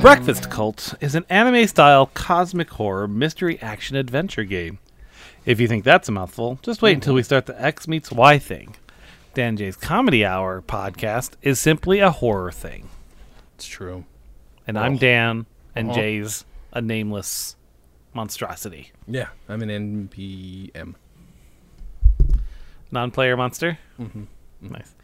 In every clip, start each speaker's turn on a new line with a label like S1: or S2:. S1: Breakfast Cult is an anime style cosmic horror mystery action adventure game. If you think that's a mouthful, just wait until we start the X meets Y thing. Dan J's Comedy Hour podcast is simply a horror thing.
S2: It's true.
S1: And I'm Dan, and
S2: Uh-huh.
S1: Jay's a nameless monstrosity.
S2: Yeah, I'm an NPM.
S1: non-player monster. Mm-hmm. Nice.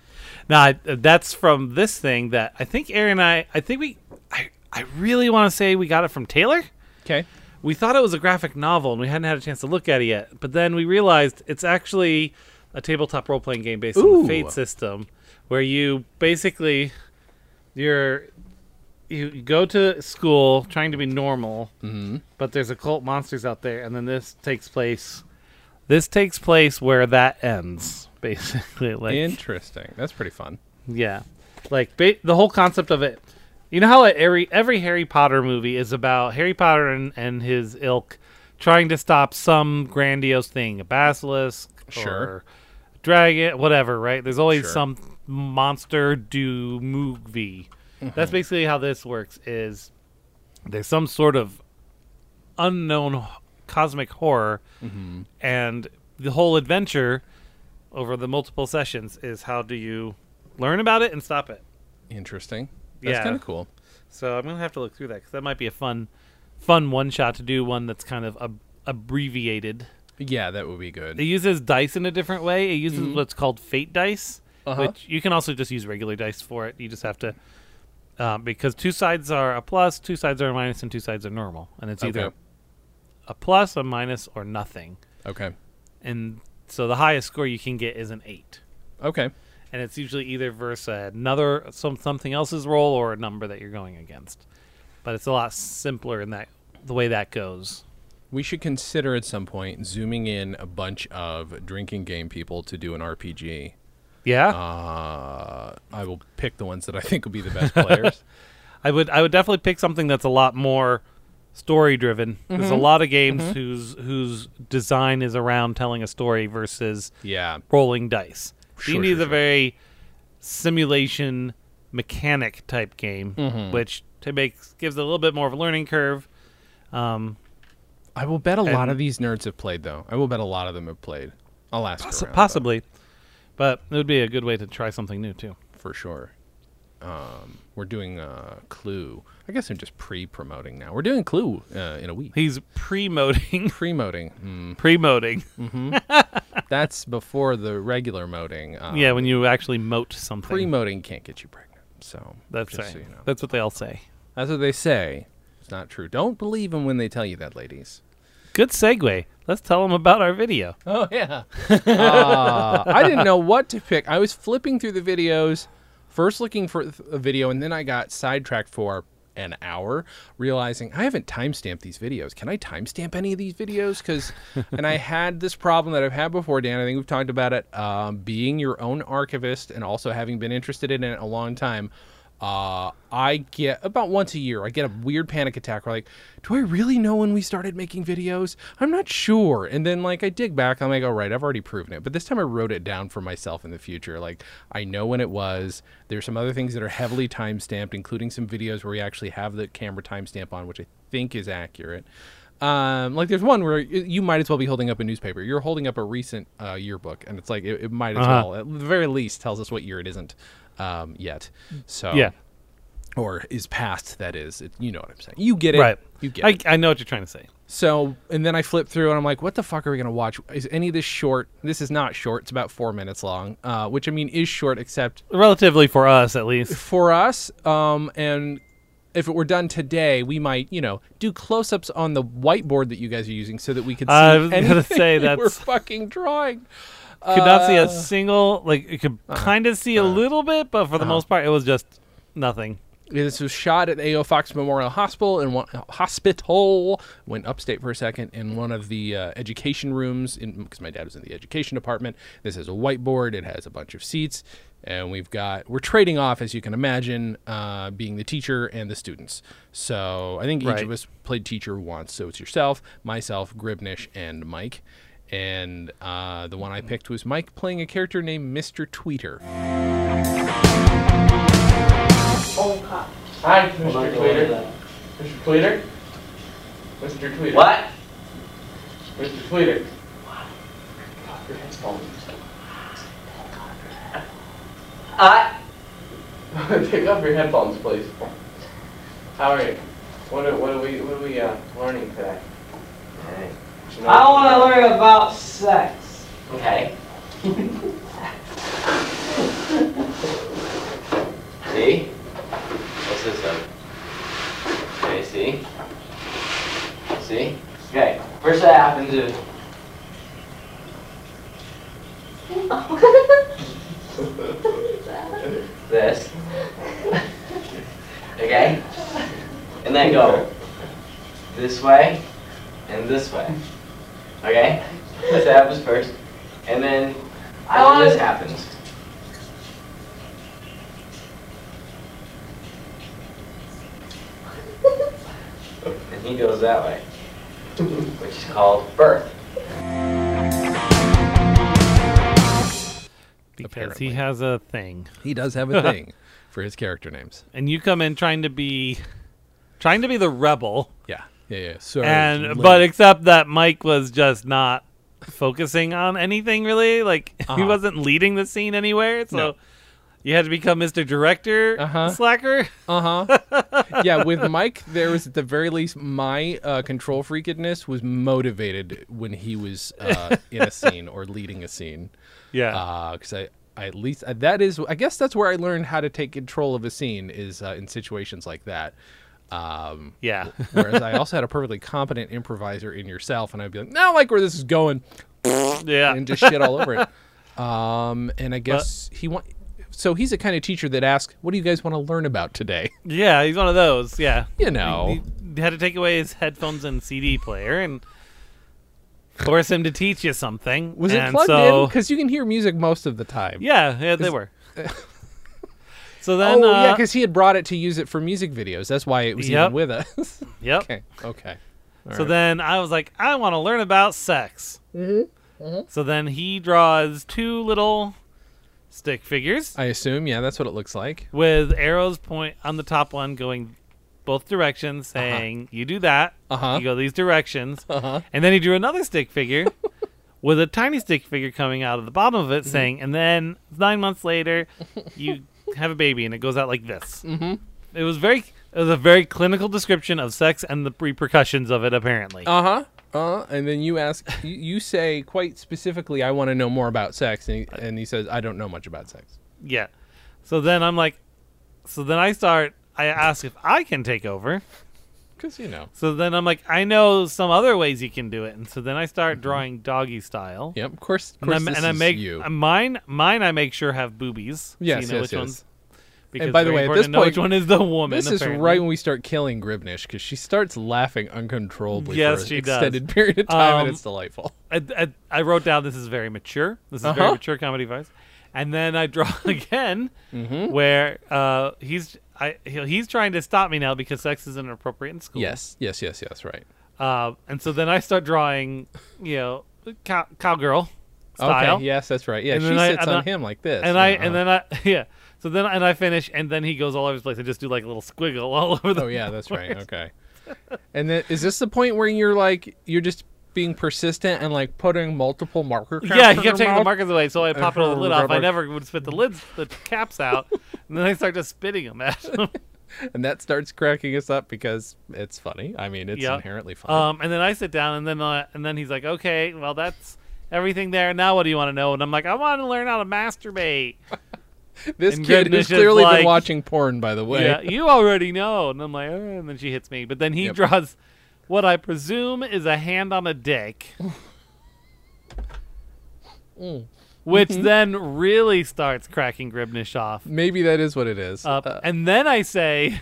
S1: Now I, uh, that's from this thing that I think Aaron and I. I think we. I I really want to say we got it from Taylor.
S2: Okay.
S1: We thought it was a graphic novel and we hadn't had a chance to look at it yet. But then we realized it's actually a tabletop role-playing game based on
S2: Ooh.
S1: the Fate system, where you basically you're you you go to school trying to be normal, but there's occult monsters out there, and then this takes place. This takes place where that ends, basically. Like,
S2: Interesting. That's pretty fun.
S1: yeah, like ba- the whole concept of it. You know how at every every Harry Potter movie is about Harry Potter and, and his ilk trying to stop some grandiose thing, a basilisk,
S2: Sure.
S1: or dragon, whatever. Right? There's always
S2: Sure.
S1: some monster do movie. That's basically how this works. Is there's some sort of unknown h- cosmic horror, and the whole adventure over the multiple sessions is how do you learn about it and stop it.
S2: Interesting. That's
S1: Yeah.
S2: kind of cool.
S1: So I'm gonna have to look through that because that might be a fun, fun one shot to do. One that's kind of ab- abbreviated.
S2: Yeah, that would be good.
S1: It uses dice in a different way. It uses what's called fate dice,
S2: Mm-hmm. Uh-huh.
S1: which you can also just use regular dice for it. You just have to. Um, because two sides are a plus, two sides are a minus, and two sides are normal, and it's either
S2: Okay.
S1: a plus, a minus, or nothing.
S2: Okay.
S1: And so the highest score you can get is an eight.
S2: Okay.
S1: and it's usually either versus another some something else's roll or a number that you're going against. But it's a lot simpler in that the way that goes.
S2: We should consider at some point zooming in a bunch of drinking game people to do an RPG. Ah.
S1: Yeah,
S2: Uh, I will pick the ones that I think will be the best players.
S1: I would I would definitely pick something that's a lot more story driven. There's a
S2: Mm-hmm.
S1: lot of games whose whose design is around telling a story versus
S2: yeah.
S1: rolling dice.
S2: Sure,
S1: D&D
S2: sure,
S1: is a
S2: sure.
S1: very simulation mechanic type game,
S2: Mm-hmm.
S1: which to make gives it a little bit more of a learning curve. Um,
S2: I will bet a lot
S1: And-
S2: of these nerds have played, though. I will bet a lot of them have played. I'll ask
S1: Possi-
S2: around, though,
S1: possibly, but it would be a good way to try something new too.
S2: for sure. Um, we're doing uh, Clue. I guess I'm just pre-promoting now. We're doing Clue uh, in a week.
S1: He's pre-moding,
S2: Pre-moting. Mm,
S1: pre-moding.
S2: that's before the regular moting. Um,
S1: yeah, when you actually moat something.
S2: pre-moting can't get you pregnant. So
S1: That's
S2: just
S1: right.
S2: so you know.
S1: That's what they all say.
S2: That's what they say. It's not true. Don't believe them when they tell you that, ladies.
S1: Good segue. Let's tell them about our video.
S2: Oh yeah. uh, I didn't know what to pick. I was flipping through the videos, first looking for th- a video, and then I got sidetracked for an hour, realizing I haven't timestamped these videos. Can I timestamp any of these videos? Because, and I had this problem that I've had before, Dan. I think we've talked about it. Um, being your own archivist and also having been interested in it a long time. Uh, I get about once a year, I get a weird panic attack where, like, do I really know when we started making videos? I'm not sure. And then, like, I dig back, I'm like, all right, I've already proven it. But this time I wrote it down for myself in the future. Like, I know when it was. There's some other things that are heavily time stamped, including some videos where we actually have the camera timestamp on, which I think is accurate. Um, like there's one where y- you might as well be holding up a newspaper. You're holding up a recent uh, yearbook, and it's like it, it might as
S1: Uh-huh.
S2: well, at the very least, tells us what year it isn't um, yet. So
S1: yeah,
S2: or is past that is it, you know what i'm saying you get it
S1: right.
S2: you get
S1: I,
S2: it
S1: I know what you're trying to say.
S2: so and then i flip through and i'm like what the fuck are we gonna watch is any of this short this is not short it's about four minutes long uh, which i mean is short except
S1: Relatively for us, at least.
S2: for us um, and if it were done today we might you know do close-ups on the whiteboard that you guys are using so that we could see
S1: I was gonna
S2: anything
S1: say
S2: you we're
S1: that's-
S2: fucking drawing
S1: Could not see
S2: Uh,
S1: a single. Like you could
S2: uh-huh.
S1: kind of see a little bit, but for the most part, it was just nothing.
S2: This was shot at A.O. Fox Memorial Hospital and one, hospital went upstate for a second in one of the uh, education rooms because my dad was in the education department. This has a whiteboard. It has a bunch of seats, and we've got we're trading off as you can imagine, uh, being the teacher and the students. So I think each
S1: Right.
S2: of us played teacher once. So it's yourself, myself, Gribnish, and Mike. And uh, the one I picked was Mike playing a character named Mr. Tweeter.
S3: Hi, Mr. Twitter. Mr. Tweeter? Mr. Tweeter?
S4: What?
S3: Mr. Tweeter? Pop your head's falling.
S4: I
S3: Take off your headphones, please. How are you? What are, what are we what are we uh, learning today? You
S4: I
S3: know-
S4: want to learn about sex. Okay. see? What's this then? Okay, see? See? Okay. First that happens is. this. okay? And then go this way and this way. Okay? This happens first. And then
S3: I
S4: all
S3: wanna-
S4: this happens. and he goes that way. Which is called birth.
S1: because
S2: Apparently.
S1: he has a thing.
S2: He does have a thing for his character names.
S1: And you come in trying to be, trying to be the rebel,
S2: Yeah. Yeah, yeah. So
S1: and but except that Mike was just not focusing on anything really. Like he
S2: Uh-huh.
S1: wasn't leading the scene anywhere, so
S2: No.
S1: you had to become Mr. Director
S2: Uh-huh.
S1: Slacker.
S2: Uh huh. yeah, with Mike, there was at the very least my uh, control freakedness was motivated when he was uh, in a scene or leading a scene.
S1: Yeah.
S2: Because I, I at least I, that is, I guess that's where I learned how to take control of a scene is uh, in situations like that. Um,
S1: yeah.
S2: whereas I also had a perfectly competent improviser in yourself, and I'd be like, "No, I like where this is going,"
S1: yeah.
S2: and just shit all over it. Um, and I guess he want. So he's the kind of teacher that asks, "What do you guys want to learn about today?"
S1: Yeah, he's one of those. Yeah.
S2: You know.
S1: He had to take away his headphones and CD player and force him to teach you something.
S2: Was it
S1: And
S2: plugged in? 'Cause
S1: so,
S2: in? Because you can hear music most of the time.
S1: Yeah, yeah, they were. so then,
S2: Oh, yeah,
S1: uh,
S2: because he had brought it to use it for music videos. That's why it was
S1: Yep.
S2: even with us.
S1: yep.
S2: okay. Okay. All
S1: So
S2: right.
S1: then I was like, I want to learn about sex.
S2: Mm-hmm,
S1: So then he draws two little stick figures
S2: I assume, yeah, that's what it looks like.
S1: with arrows point on the top one going both directions, saying you do that,
S2: Uh-huh.
S1: you go these directions,
S2: Uh-huh.
S1: and then he drew another stick figure with a tiny stick figure coming out of the bottom of it,
S2: Mm-hmm.
S1: saying, and then nine months later, you have a baby, and it goes out like this. Mm-hmm. It was very, it was a very clinical description of sex and the repercussions of it. Apparently,
S2: Uh huh. Uh, and then you ask, you, you say quite specifically, I want to know more about sex. And he, and he says, I don't know much about sex.
S1: yeah. So then I'm like, so then I start. I ask if I can take over.
S2: Because, you know.
S1: So then I'm like, I know some other ways you can do it, and so then I start drawing doggy style.
S2: Yep, of course. Mm-hmm. Of
S1: And, I'm-
S2: course this
S1: and I
S2: is
S1: make
S2: you.
S1: uh, mine. Mine, I make sure have boobies.
S2: Yes, yes, yes.
S1: Because
S2: by
S1: it's
S2: the
S1: very
S2: way, at
S1: important
S2: this
S1: to know which
S2: point-
S1: one is the woman?
S2: this is
S1: apparently.
S2: right when we start killing Gribnish because she starts laughing uncontrollably
S1: Yes,
S2: for an
S1: she does.
S2: extended period of time,
S1: Um,
S2: and it's delightful.
S1: I, I, I wrote down this is very mature. This is very
S2: Uh-huh.
S1: mature comedy advice. And then I draw again,
S2: Mm-hmm.
S1: where uh, he's I he- he's trying to stop me now because sex is inappropriate in school.
S2: Yes, yes, yes, yes, right.
S1: Uh, and so then I start drawing, you know, cow, cowgirl style.
S2: Okay, yes, that's right. Yeah,
S1: And
S2: she
S1: then I-
S2: sits
S1: and
S2: on
S1: I-
S2: him like this.
S1: and I
S2: Uh-huh.
S1: and then I yeah. So then and I finish and then he goes all over his place and just do like a little squiggle all over the.
S2: Oh yeah, that's right. Okay. And then is this the point where you're like you're just being persistent and like putting multiple marker caps
S1: Yeah,
S2: in
S1: he
S2: your
S1: kept taking the
S2: mouth?
S1: markers away, so I pop it on the lid off. I
S2: rubber.
S1: never would spit the lids, the caps out, and then I start just spitting them at him.
S2: and that starts cracking us up because it's funny. I mean, it's
S1: Yeah.
S2: inherently funny.
S1: Um, and then I sit down, and then uh, and then he's like, "Okay, well that's everything there. Now what do you want to know?" And I'm like, "I want to learn how to masturbate."
S2: this
S1: Uh, and
S2: kid
S1: Goodness
S2: has
S1: is
S2: clearly
S1: like-
S2: been watching porn, by the way.
S1: Yeah, you already know. And I'm like, "Uh," and then she hits me, but then he
S2: Yep.
S1: draws what I presume is a hand on a dick.
S2: Mm.
S1: Which
S2: Mm-hmm.
S1: then really starts cracking Gribnish off.
S2: Maybe that is what it is.
S1: up,
S2: Uh,
S1: and then I say,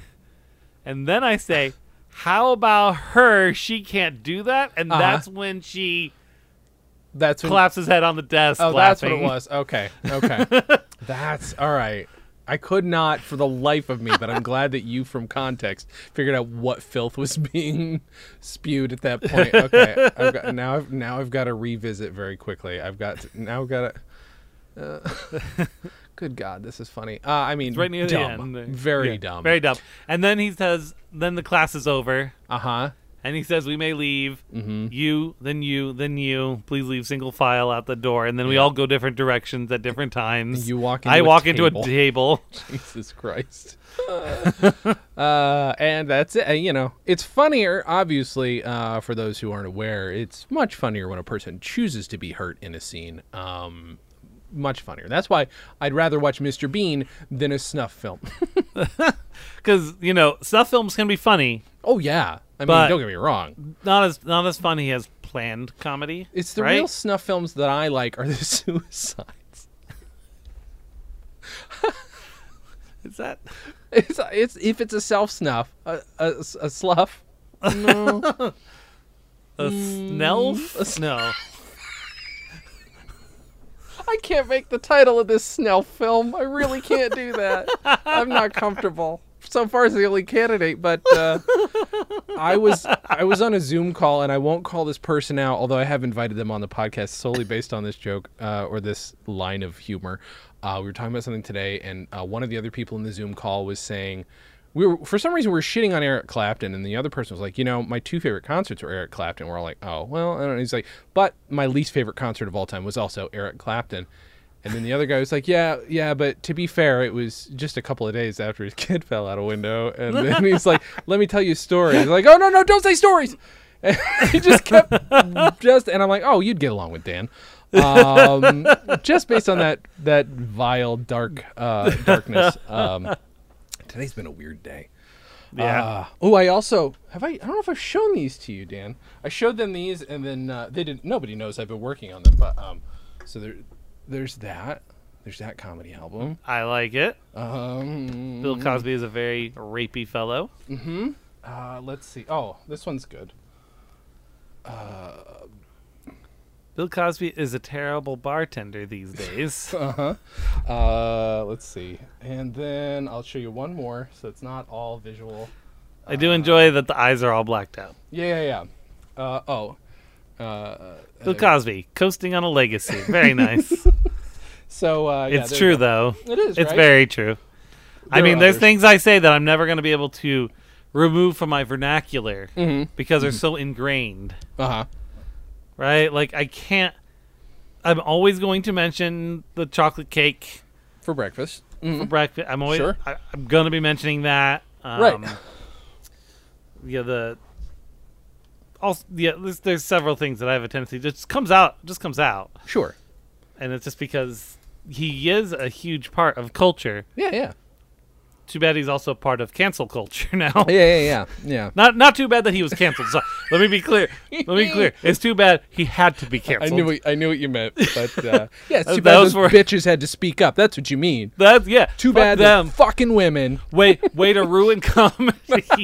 S1: and then I say, how about her? She can't do that, and
S2: Uh-huh.
S1: that's when she
S2: that's when,
S1: claps his head on the desk.
S2: Oh, that's what it
S1: laughing.
S2: was. Okay, okay. that's all right. I could not, for the life of me, but I'm glad that you, from context, figured out what filth was being spewed at that point. Okay, I've got, now I've now I've got to revisit very quickly. I've got to, now I've got to. Uh, good God, this is funny. Uh, I mean,
S1: It's right near
S2: dumb.
S1: the end.
S2: Very
S1: Yeah,
S2: dumb.
S1: Very dumb. And then he says, then the class is over.
S2: Uh huh.
S1: And he says, we may leave. Mm-hmm. You, then you, then you. Please leave single file out the door. And then we all go different directions at different times.
S2: You walk
S1: I
S2: into a
S1: walk into
S2: table.
S1: a table.
S2: Jesus Christ. uh, and that's it. And, You know, it's funnier, obviously, uh, for those who aren't aware. It's much funnier when a person chooses to be hurt in a scene. Um, much funnier. That's why I'd rather watch Mr. Bean than a snuff film.
S1: Because, you know, snuff films can be funny.
S2: oh, yeah. I mean,
S1: But-
S2: don't get me wrong.
S1: Not as not as funny as planned comedy.
S2: It's the
S1: right?
S2: real snuff films that I like are the suicides.
S1: Is that?
S2: It's, it's if it's a self snuff, a, a, a slough. No.
S1: A
S2: Mm,
S1: snelf? No.
S2: I can't make the title of this Snell film. I really can't do that. I'm not comfortable. So far as the only candidate, but uh, I was I was on a Zoom call, and I won't call this person out, although I have invited them on the podcast solely based on this joke uh, or this line of humor. Uh, we were talking about something today, and uh, one of the other people in the Zoom call was saying we were for some reason we were shitting on Eric Clapton, and the other person was like, you know, my two favorite concerts were Eric Clapton. We're all like, oh well, I don't know. He's like, but my least favorite concert of all time was also Eric Clapton. And then the other guy was like, "Yeah, yeah, but to be fair, it was just a couple of days after his kid fell out a window." And then he's like, "Let me tell you a story." He's like, "Oh no, no, don't say stories." And he just kept just, and I'm like, "Oh, you'd get along with Dan." Um, just based on that that vile dark uh, darkness. Um, today's been a weird day.
S1: Yeah.
S2: Uh, oh, I also have I. I don't know if I've shown these to you, Dan. I showed them these, and then uh, they didn't. Nobody knows I've been working on them, but um, so there, there's that. There's that comedy album.
S1: I like it.
S2: Um,
S1: Bill Cosby is a very rapey fellow.
S2: uh, let's see. Oh, this one's good.
S1: Bill Cosby is a terrible bartender these days.
S2: Uh, let's see. And then I'll show you one more, so it's not all visual.
S1: I do enjoy that the eyes are all blacked out.
S2: Yeah, yeah, yeah. Uh, oh, uh,
S1: Bill Cosby coasting on a legacy. Very nice.
S2: so uh, yeah,
S1: it's
S2: there
S1: true
S2: you go.
S1: though.
S2: It is,
S1: It's
S2: right?
S1: very true. I
S2: There
S1: mean,
S2: are
S1: there's
S2: others.
S1: things I say that I'm never going to be able to remove from my vernacular
S2: Mm-hmm.
S1: because they're so ingrained,
S2: Uh-huh.
S1: right? Like I can't. I'm always going to mention the chocolate cake
S2: For breakfast.
S1: for breakfast. I'm always.
S2: Mm-hmm. Sure.
S1: I, I'm going to be mentioning that. Um,
S2: right.
S1: yeah the also yeah there's, there's several things that i have a tendency just comes out just comes out
S2: Sure.
S1: and it's just because he is a huge part of culture
S2: Yeah, yeah.
S1: too bad he's also part of cancel culture now
S2: Yeah, yeah, yeah. Yeah.
S1: not not too bad that he was canceled so let me be clear let me be clear it's too bad he had to be
S2: I
S1: canceled
S2: knew what, I knew what you meant, but uh, yeah,
S1: That-
S2: it's too
S1: that
S2: bad
S1: was
S2: those
S1: for-
S2: bitches had to speak up. That's what you mean.
S1: that's yeah
S2: Too
S1: fuck
S2: bad them
S1: them
S2: fucking women.
S1: way way to ruin comedy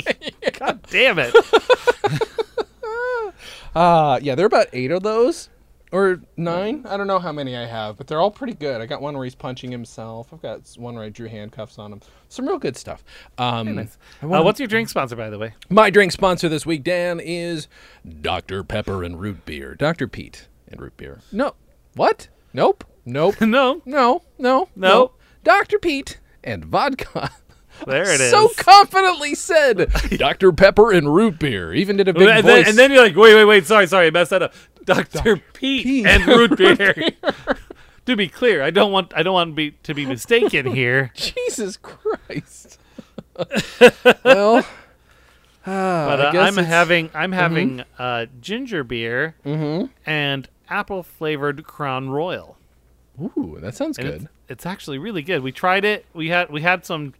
S1: god damn it
S2: Uh yeah, there are about eight of those or nine. I don't know how many I have, but they're all pretty good. I got one where he's punching himself. I've got s- one where I drew handcuffs on him. Some real good stuff. Um, I
S1: uh,
S2: wanna-
S1: what's your drink sponsor by the way
S2: My drink sponsor this week, Dan, is Dr Pepper and root beer. Dr Pete and root beer. No, what? Nope. Nope.
S1: no
S2: no. No.
S1: Nope.
S2: Dr Pete and vodka.
S1: there it is
S2: so confidently said Dr. Pepper and root beer. Even did a big
S1: and,
S2: voice.
S1: Then, and then you're like, wait, wait, wait, sorry, sorry, I messed that up. Dr. Pete,
S2: Pete.
S1: and root beer. to be clear, I don't want I don't want to be to be mistaken here.
S2: Jesus Christ. well, uh,
S1: But uh,
S2: I guess
S1: I'm
S2: it's- Mm-hmm.
S1: having I'm having uh, ginger beer and apple flavored Crown Royal.
S2: Ooh, that sounds
S1: And
S2: good.
S1: It's, it's actually really good. We tried it. We had we had some.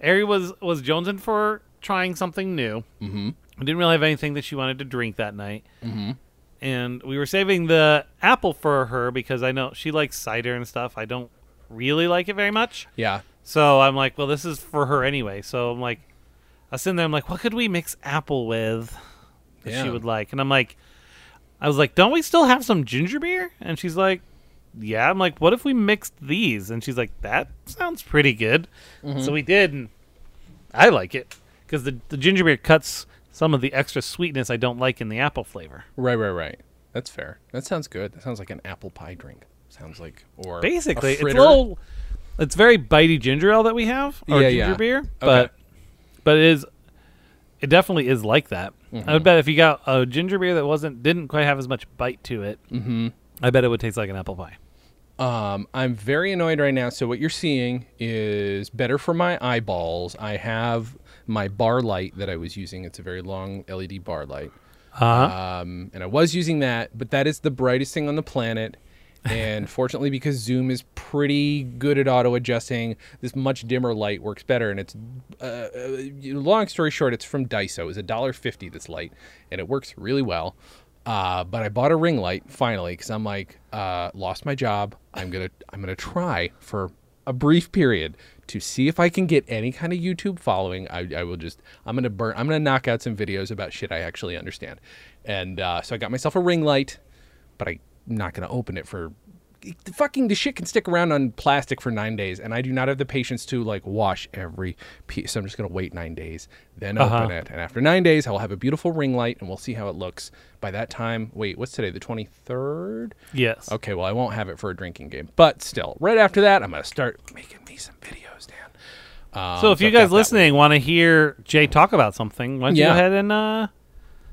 S1: Ari was was jonesing for trying something new. Mm-hmm. We didn't really have anything that she wanted to drink that night. Mm-hmm. And we were saving the apple for her because I know she likes cider and stuff. I don't really like it very much.
S2: Yeah.
S1: So I'm like, well, this is for her anyway. So I'm like, I was sitting there. I'm like, what could we mix apple with that
S2: Yeah.
S1: she would like? And I'm like, I was like, don't we still have some ginger beer? And she's like, yeah. I'm like, what if we mixed these? And she's like, that sounds pretty good. So we did, and I like it because the the ginger beer cuts some of the extra sweetness I don't like in the apple flavor.
S2: Right, right, right. That's fair. That sounds good. That sounds like an apple pie drink. sounds like or a
S1: Basically, it's a
S2: fritter.
S1: little. It's very bitey ginger ale that we have, or
S2: Yeah,
S1: ginger
S2: yeah.
S1: beer, but
S2: Okay.
S1: but it is. It definitely is like that.
S2: Mm-hmm.
S1: I would bet if you got a ginger beer that wasn't didn't quite have as much bite to it, mm-hmm. I bet it would taste like an apple pie.
S2: Um, I'm very annoyed right now. So what you're seeing is better for my eyeballs. I have my bar light that I was using. It's a very long LED bar light. Um, and I was using that, but that is the brightest thing on the planet. And fortunately, because Zoom is pretty good at auto adjusting, this much dimmer light works better. And it's, uh, uh, long story short, it's from Daiso. It's a dollar fifty. This light, and it works really well. Uh, but I bought a ring light finally because I'm like, uh, lost my job. I'm gonna, I'm gonna try for a brief period to see if I can get any kind of YouTube following. I, I will just, I'm gonna burn, I'm gonna knock out some videos about shit I actually understand. And uh, so I got myself a ring light, but I'm not gonna open it for. The fucking the shit can stick around on plastic for nine days, and I do not have the patience to like wash every piece. So I'm just gonna wait nine days, then open it, and after nine days, I will have a beautiful ring light, and we'll see how it looks. By that time, wait, what's today? The 23rd.
S1: Yes.
S2: Okay, well, I won't have it for a drinking game, but still, right after that, I'm gonna start making me some videos, Dan. Um,
S1: So if you
S2: I've got
S1: guys
S2: that one.
S1: listening want to hear Jay talk about something, why don't you
S2: Yeah.
S1: go ahead and uh,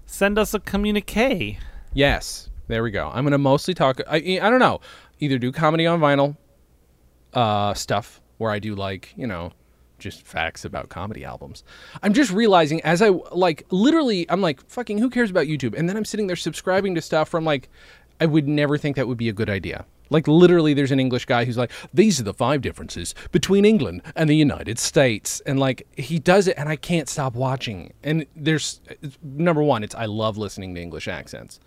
S1: send us a communique?
S2: Yes, there we go. I'm gonna mostly talk. I, I don't know. Either do comedy on vinyl uh, stuff where I do like you know just facts about comedy albums. I'm just realizing as I like literally I'm like fucking who cares about YouTube? And then I'm sitting there subscribing to stuff from like I would never think that would be a good idea. Like literally there's an English guy who's like these are the five differences between England and the United States and like he does it and I can't stop watching. And there's uh, number 1 it's I love listening to English accents.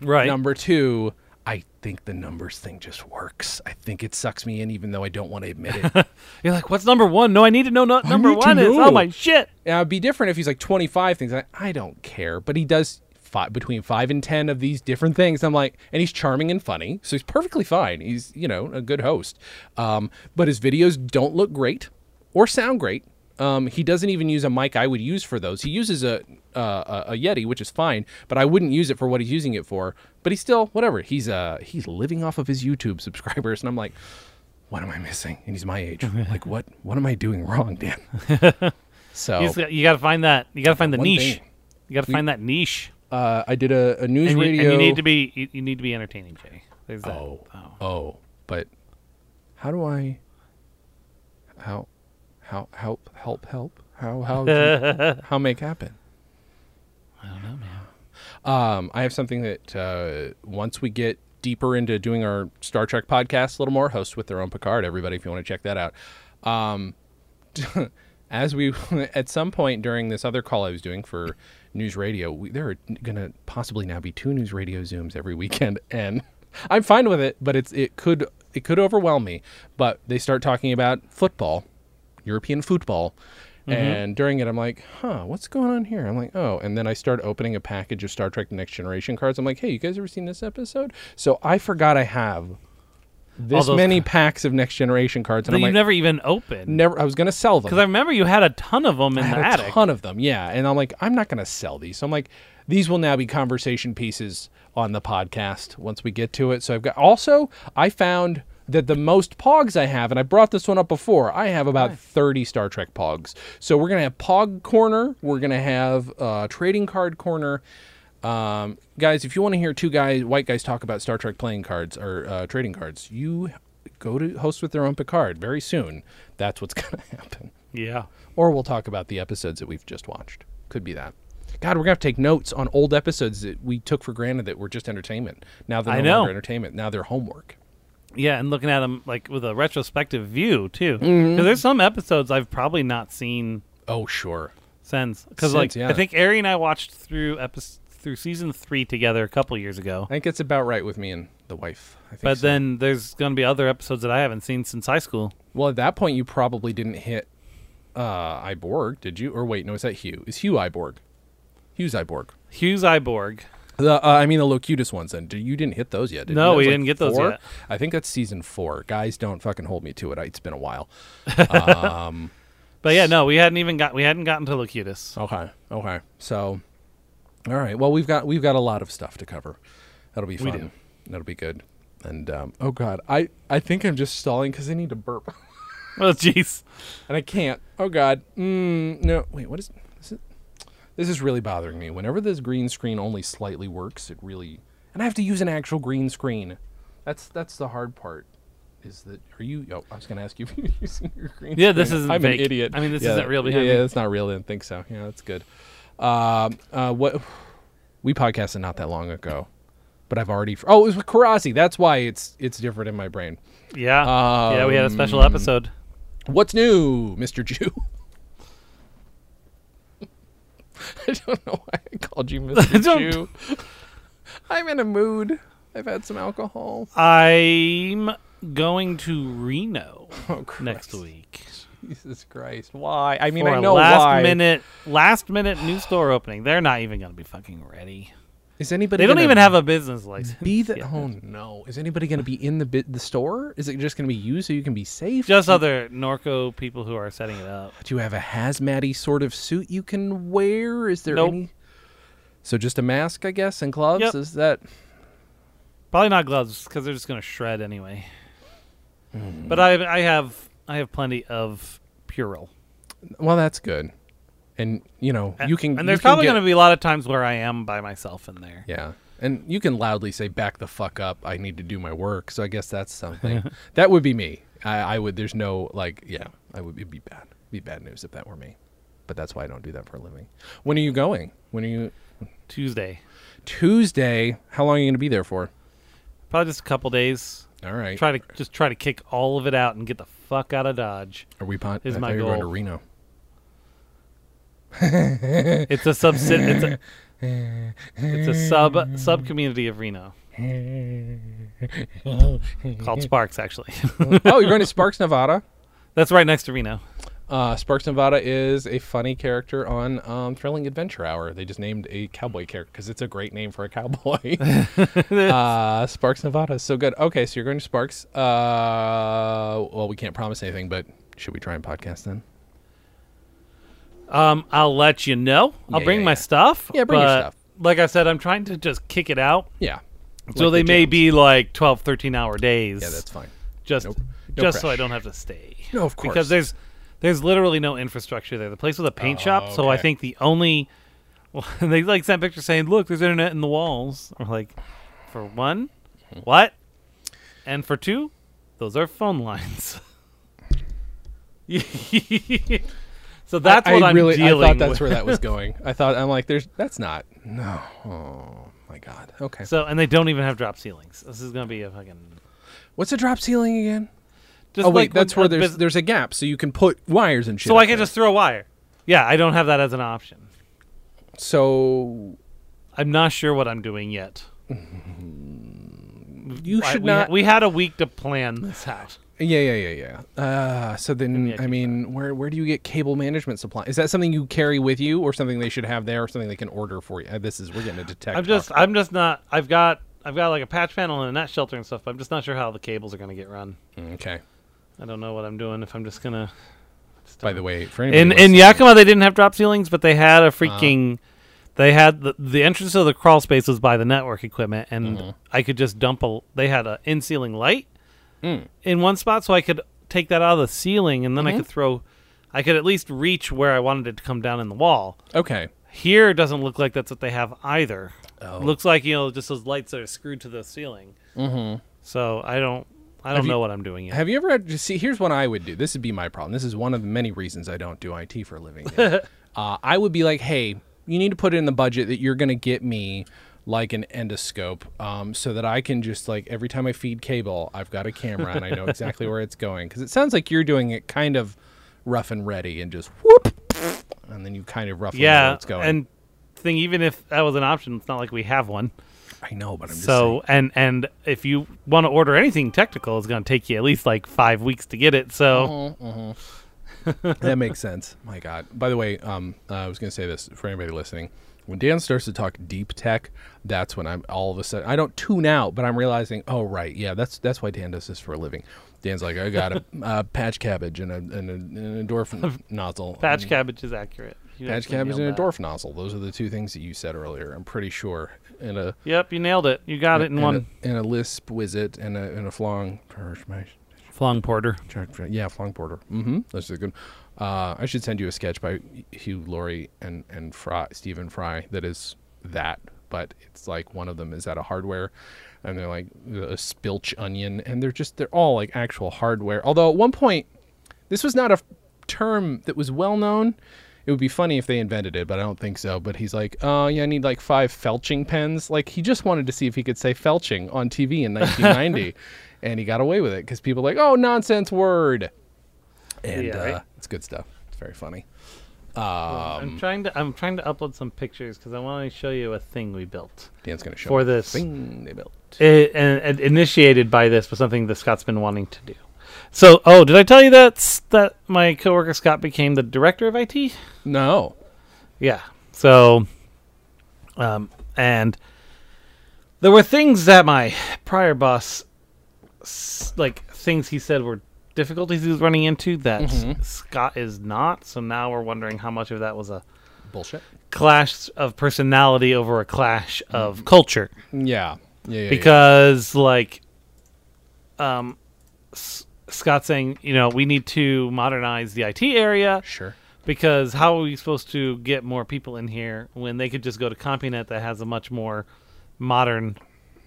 S1: Right.
S2: Number two, I think the numbers thing just works. I think it sucks me in, even though I don't want to admit it.
S1: You're like, what's number one? No, I need to know not
S2: I
S1: number
S2: need to
S1: one is.
S2: know.
S1: Oh my shit!
S2: now, it'd be different if he's like 25 things. I, I don't care, but he does five, between five and 10 of these different things. I'm like, and he's charming and funny. So he's perfectly fine. He's, you know, a good host. Um, but his videos don't look great or sound great. Um, he doesn't even use a mic I would use for those. He uses a, uh, a a Yeti, which is fine, but I wouldn't use it for what he's using it for. But he's still whatever. He's uh he's living off of his YouTube subscribers, and I'm like, what am I missing? And he's my age. like what what am I doing wrong, Dan? so
S1: You, just got, you gotta find that. You gotta find the
S2: Oh. One
S1: niche.
S2: thing.
S1: You gotta find that niche.
S2: uh, I did a, a news
S1: And you, and
S2: radio.
S1: you need to be you, you need to be entertaining, Jay. There's that.
S2: oh, oh but how do I how how help help help how how do- how make happen? I don't know, man. Um, I have something that uh, once we get deeper into doing our Star Trek podcast a little more, hosts with their own Picard. Everybody, if you want to check that out. Um, as we at some point during this other call I was doing for news radio, we, there are going to possibly now be two news radio zooms every weekend, and I'm fine with it. But it's it could it could overwhelm me. But they start talking about football, European football.
S1: Mm-hmm.
S2: And during it, I'm like, huh, what's going on here? I'm like, oh. And then I start opening a package of Star Trek The Next Generation cards. I'm like, hey, you guys ever seen this episode? So I forgot I have this
S1: those
S2: many packs of Next Generation cards. And
S1: That
S2: I'm
S1: you
S2: like,
S1: never even opened.
S2: never, I was going to sell them.
S1: Because I remember you had a ton of them in
S2: I
S1: the
S2: had a
S1: attic.
S2: ton of them, yeah. And I'm like, I'm not going to sell these. So I'm like, these will now be conversation pieces on the podcast once we get to it. So I've got also I found that the most pogs I have, and I brought this one up before. I have about 30 Star Trek pogs. So we're gonna have pog corner. We're gonna have uh, trading card corner. Um, guys, if you want to hear two guys, white guys talk about Star Trek playing cards or uh, trading cards, you go to host with their own Picard very soon. That's what's gonna happen
S1: Yeah.
S2: or we'll talk about the episodes that we've just watched. Could be that. God, we're gonna have to take notes on old episodes that we took for granted that were just entertainment. Now they're no
S1: I know.
S2: longer entertainment. Now they're homework.
S1: Yeah, and looking at them like with a retrospective view too.
S2: Mm-hmm.
S1: 'Cause there's some episodes I've probably not seen
S2: Oh sure.
S1: since. Because
S2: Since,
S1: like
S2: yeah.
S1: I think Ari and I watched through episode through season three together a couple years ago.
S2: I think it's about right with me and the wife. I think
S1: But
S2: so.
S1: then there's gonna be other episodes that I haven't seen since high school.
S2: well, at that point, you probably didn't hit uh, Iborg, did you? Or wait, no, is that Hugh? Is Hugh Iborg? Hugh's Iborg.
S1: Hughes Iborg.
S2: The, uh, I mean the Locutus ones. Then Do- you didn't hit those yet. Did
S1: No,
S2: you? That
S1: we
S2: was, like,
S1: didn't get those
S2: four?
S1: yet.
S2: I think that's season four. Guys, don't fucking hold me to it. I- It's been a while.
S1: But yeah, no, we hadn't even got we hadn't gotten to Locutus.
S2: Okay. Okay. So, all right. Well, we've got we've got a lot of stuff to cover. That'll be fun.
S1: do.
S2: That'll be good. And um, oh god, I I think I'm just stalling because I need to burp,
S1: Oh, jeez.
S2: and I can't. Oh god, mm, no. Wait, what is this? Is, this is really bothering me. Whenever this green screen only slightly works, it really and I have to use an actual green screen. That's that's the hard part. Is that are you? Oh, I was gonna ask you if you're using your green.
S1: Yeah, this
S2: screen.
S1: isn't
S2: I'm
S1: fake.
S2: an idiot.
S1: I mean, this
S2: Yeah,
S1: isn't
S2: that-
S1: real
S2: yeah,
S1: behind
S2: Yeah,
S1: me.
S2: that's not real. I didn't think so. Yeah, that's good. Um, uh, what we podcasted not that long ago, but I've already. Oh, it was with Karasi. That's why it's it's different in my brain.
S1: Yeah.
S2: Um,
S1: yeah, we had a special episode.
S2: What's new, Mr. Jew? I don't know why I called you Mr.
S1: Don't-
S2: Jew. I'm in a mood. I've had some alcohol.
S1: I'm going to Reno
S2: Oh,
S1: next
S2: Christ.
S1: week.
S2: Jesus Christ. Why? I mean,
S1: for
S2: I
S1: a
S2: know
S1: last
S2: why.
S1: minute last minute new store opening. They're not even gonna be fucking ready.
S2: Is anybody
S1: They don't
S2: gonna
S1: even have a business license.
S2: be the
S1: yet.
S2: Oh no. Is anybody going to be in the bit the store? Is it just going to be you so you can be safe?
S1: Just other Norco people who are setting it up.
S2: Do you have a hazmatty sort of suit you can wear? Is there
S1: Nope.
S2: any So just a mask, I guess, and gloves?
S1: Yep.
S2: Is that
S1: Probably not gloves because they're just gonna shred anyway.
S2: Hmm.
S1: But I I have I have plenty of Purell.
S2: Well, that's good. And you know, you can
S1: and there's
S2: you can
S1: probably
S2: get-
S1: going to be a lot of times where I am by myself in there.
S2: Yeah. And you can loudly say back the fuck up. I need to do my work. So I guess that's something. that would be me. I, I would there's no like yeah, I would it'd be bad. It'd be bad news if that were me. But that's why I don't do that for a living. When are you going? When are you
S1: Tuesday,
S2: Tuesday? How long are you going to be there for?
S1: probably just a couple days.
S2: All right.
S1: Try to just try to kick all of it out and get the fuck out of Dodge.
S2: Are we pon-
S1: is
S2: I
S1: my
S2: thought you were going
S1: goal.
S2: to Reno.
S1: It's a sub it's a it's a sub sub community of Reno called Sparks. Actually,
S2: oh, you're going to Sparks, Nevada.
S1: that's right next to Reno.
S2: Uh, Sparks Nevada is a funny character on um, Thrilling Adventure Hour. They just named a cowboy character because it's a great name for a cowboy. uh, Sparks Nevada is so good. Okay, so you're going to Sparks. Uh, well, we can't promise anything, but should we try and podcast then?
S1: Um, I'll let you know. I'll
S2: Yeah,
S1: bring
S2: yeah,
S1: my
S2: yeah.
S1: stuff.
S2: Yeah, bring your
S1: but
S2: stuff.
S1: Like I said, I'm trying to just kick it out.
S2: Yeah.
S1: So
S2: Like
S1: they
S2: the
S1: may
S2: jams.
S1: be like 12, 13 hour days.
S2: Yeah, that's fine.
S1: just
S2: Nope. No
S1: just so I
S2: crash.
S1: don't have to stay.
S2: No, of course. Oh,
S1: Because there's there's literally no infrastructure there. The place was a paint shop, so I
S2: okay.
S1: think the only well, they like sent pictures saying, "Look, there's internet in the walls." We're like, for one,
S2: Hmm.
S1: what? And for two, those are phone lines. so that's
S2: I,
S1: what
S2: I
S1: am
S2: really
S1: dealing
S2: I thought that's
S1: with.
S2: where that was going. I thought I'm like, there's that's not. No. Oh my god. Okay.
S1: So and they don't even have drop ceilings. This is gonna be a fucking.
S2: What's a drop ceiling again?
S1: Just
S2: Oh wait,
S1: like when
S2: that's where
S1: a
S2: there's
S1: bus-
S2: there's a gap, so you can put wires and shit.
S1: so
S2: up
S1: I can
S2: there.
S1: just throw a wire. Yeah, I don't have that as an option.
S2: so
S1: I'm not sure what I'm doing yet.
S2: you
S1: I-
S2: should
S1: we,
S2: not.
S1: We had a week to plan this out.
S2: yeah, yeah, yeah, yeah. Uh, so
S1: Yeah,
S2: then, I
S1: keep
S2: mean, where where do you get cable management supply? Is that something you carry with you, or something they should have there, or something they can order for you? Uh, this is we're getting a detect.
S1: I'm just, I'm just not. I've got, I've got like a patch panel and a net shelter and stuff. But I'm just not sure how the cables are gonna get run.
S2: okay.
S1: I don't know what I'm doing. If I'm just gonna.
S2: By the way, for
S1: In
S2: anybody
S1: in
S2: listening-
S1: Yakima, they didn't have drop ceilings, but they had a freaking. They had the, the entrance of the crawl space was by the network equipment, and I could just dump a. They had a in ceiling light in one spot, so I could take that out of the ceiling, and then I could throw. I could at least reach where I wanted it to come down in the wall.
S2: okay,
S1: Here it doesn't look like that's what they have either.
S2: Oh.
S1: Looks like you know just those lights that are screwed to the ceiling. Mm-hmm. So I don't, I don't
S2: you-
S1: know what I'm doing yet.
S2: Have you ever had to see? Here's what I would do. This would be my problem. This is one of the many reasons I don't do IT for a living. uh, I would be like, hey, you need to put it in the budget that you're going to get me like an endoscope um, so that I can just like every time I feed cable, I've got a camera and I know exactly where it's going. Because it sounds like you're doing it kind of rough and ready and just whoop. And then you kind of roughly know where
S1: yeah,
S2: it's going.
S1: and thing even if that was an option, it's not like we have one.
S2: I know, but I'm just saying.
S1: So and and if you want to order anything technical, it's going to take you at least like five weeks to get it. So
S2: Mm-hmm. that makes sense. My God. By the way, um, uh, I was going to say this for anybody listening. When Dan starts to talk deep tech, that's when I'm all of a sudden I don't tune out, but I'm realizing, oh right, yeah, that's that's why Dan does this for a living. Dan's like, I got a uh, patch cabbage and a and a, and a endorphin nozzle.
S1: patch
S2: And-
S1: cabbage is accurate. You
S2: patch
S1: actually
S2: cabbage and a
S1: nailed that.
S2: dwarf nozzle. Those are the two things that you said earlier. I'm pretty sure. And a
S1: Yep, you nailed it. You got it in
S2: and
S1: one.
S2: A, and a lisp wizard and a and a flong.
S1: Flung Porter.
S2: Yeah, flong porter. Mm-hmm. Those are good. Uh, I should send you a sketch by Hugh Laurie and and Fry, Stephen Fry that is that, but it's like one of them is at a hardware, and they're like a spilch onion, and they're just they're all like actual hardware. Although at one point, this was not a f- term that was well known. It would be funny if they invented it, but I don't think so. But he's like, oh, yeah, I need like five felching pens. Like, he just wanted to see if he could say felching on TV in 1990. and he got away with it because people are like, oh, nonsense word. And
S1: Yeah, right.
S2: uh, it's good stuff. It's very funny. Um,
S1: I'm trying to I'm trying to upload some pictures because I want to show you a thing we built.
S2: Dan's going to show
S1: For
S2: me the
S1: this.
S2: thing they built.
S1: It, eh, and, and initiated by this was something that Scott's been wanting to do. So, oh, did I tell you that s- that my coworker Scott became the director of IT?
S2: No.
S1: Yeah. So, um, and there were things that my prior boss, s- like things he said were difficulties he was running into that Scott is not. So now we're wondering how much of that was a
S2: Bullshit.
S1: clash of personality over a clash of culture
S2: Yeah. Yeah. yeah, yeah.
S1: because like um S- Scott's saying, you know, we need to modernize the IT area
S2: Sure.
S1: because how are we supposed to get more people in here when they could just go to CompuNet that has a much more modern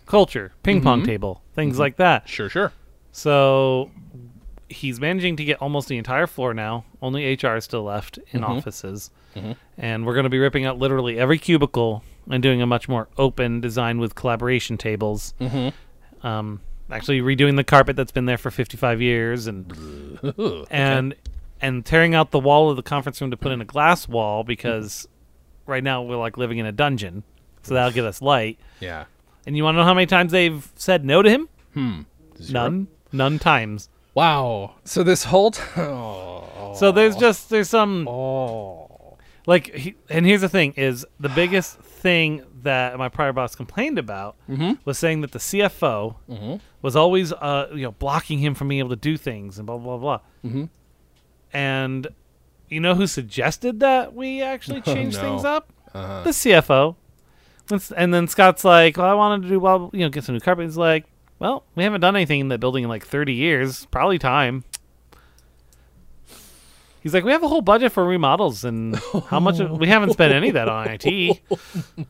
S1: culture, ping pong table, things like that.
S2: Sure, sure.
S1: So he's managing to get almost the entire floor now. Only HR is still left in offices. And we're going to be ripping out literally every cubicle and doing a much more open design with collaboration tables. Um, actually, redoing the carpet that's been there for 55 years and
S2: Ooh.
S1: and and tearing out the wall of the conference room to put in a glass wall because right now we're like living in a dungeon. So that'll give us light.
S2: Yeah.
S1: And you want to know how many times they've said no to him?
S2: Zero.
S1: None. None times.
S2: Wow. So this whole time. Oh.
S1: So there's just there's some
S2: oh.
S1: like he, and here's the thing is the biggest thing that my prior boss complained about was saying that the CFO was always uh, you know blocking him from being able to do things and blah blah blah. Mm-hmm. And you know who suggested that we actually change
S2: no.
S1: things up? The CFO. And s- And then Scott's like, "Well, I wanted to do well, you know, get some new carpet." He's like, "Well, we haven't done anything in that building in like 30 years. Probably time." He's like, we have a whole budget for remodels, and how much of, we haven't spent any of that on IT.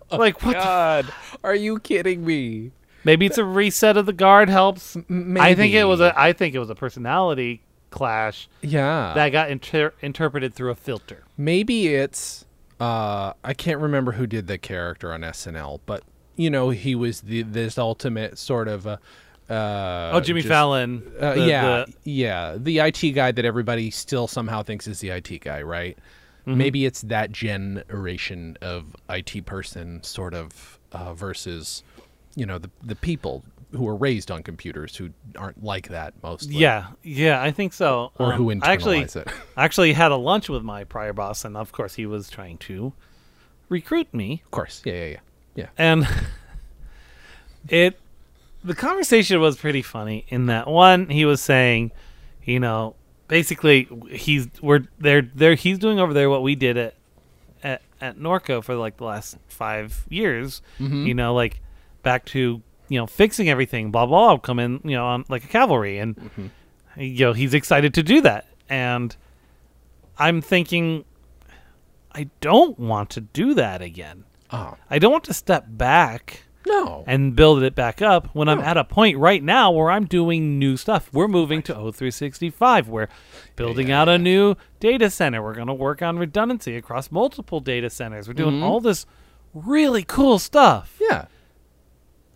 S1: like, what? the-
S2: God, are you kidding me?
S1: maybe it's a reset of the guard helps. I think it was
S2: maybe.
S1: a. I think it was a personality clash
S2: Yeah.
S1: that got inter- interpreted through a filter.
S2: maybe it's uh I can't remember who did the character on SNL, but you know, he was the this ultimate sort of uh uh
S1: Oh, Jimmy
S2: just-
S1: Fallon.
S2: Uh,
S1: the-
S2: yeah,
S1: the-
S2: yeah, the IT guy that everybody still somehow thinks is the IT guy, right?
S1: Mm-hmm.
S2: Maybe it's that generation of IT person sort of uh, versus, you know, the the people who were raised on computers who aren't like that mostly.
S1: yeah, yeah, I think so. Um,
S2: or who
S1: I actually,
S2: internalize it.
S1: I actually had a lunch with my prior boss, and of course, he was trying to recruit me.
S2: Of course, yeah, yeah, yeah, yeah.
S1: and it the conversation was pretty funny in that one he was saying you know basically he's we're they're they're he's doing over there what we did at at, at norco for like the last five years you know like back to you know fixing everything blah blah blah come in you know on like a cavalry and you know he's excited to do that and i'm thinking i don't want to do that again
S2: Oh
S1: I don't want to step back
S2: no,
S1: and build it back up when I'm at a point right now where I'm doing new stuff. We're moving to O365. We're building out a new data center. We're going to work on redundancy across multiple data centers. We're
S2: Mm-hmm.
S1: doing all this really cool stuff.
S2: yeah,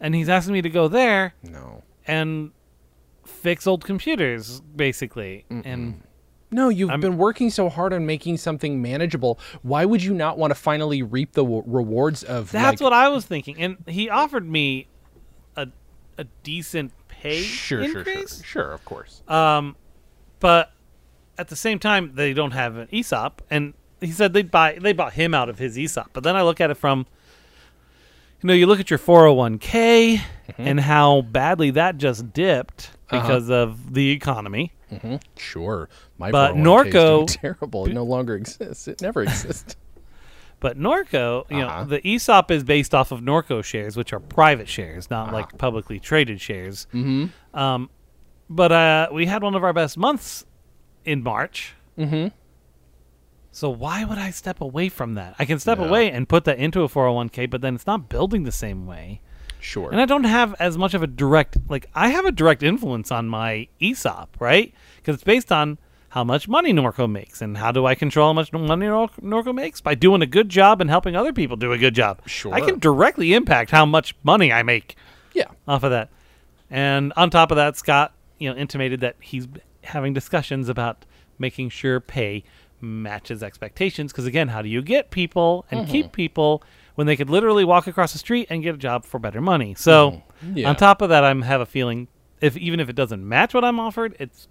S1: And he's asking me to go there
S2: no.
S1: and fix old computers, basically. And
S2: No, you've
S1: I'm-
S2: been working so hard on making something manageable. Why would you not want to finally reap the w- rewards of
S1: that's
S2: like,
S1: what I was thinking. And he offered me a, a decent pay
S2: sure, sure, sure,
S1: increase.
S2: sure, of course.
S1: but at the same time they don't have an ESOP and he said they buy they bought him out of his ESOP. But then I look at it from you know, you look at your 401k and how badly that just dipped because of the economy.
S2: sure, my
S1: but
S2: 401k is doing
S1: Norco-
S2: terrible. It no longer exists. It never existed.
S1: But Norco, you
S2: Uh-huh.
S1: know, the E ESOP is based off of Norco shares, which are private shares, not like publicly traded shares. Mm-hmm. Um, but uh, we had one of our best months in March. Mm-hmm. So why would I step away from that? I can step
S2: Yeah.
S1: away and put that into a 401k, but then it's not building the same way.
S2: Sure.
S1: And I don't have as much of a direct like I have a direct influence on my ESOP, right? Because it's based on how much money Norco makes, and how do I control how much money Nor- Norco makes by doing a good job and helping other people do a good job. I
S2: Sure.
S1: can directly impact how much money I make
S2: yeah.
S1: off of that. And on top of that, Scott, you know, intimated that he's b- having discussions about making sure pay matches expectations. Because again, how do you get people and keep people when they could literally walk across the street and get a job for better money? So
S2: Yeah.
S1: on top of that, I'm have a feeling if even if it doesn't match what I'm offered, it's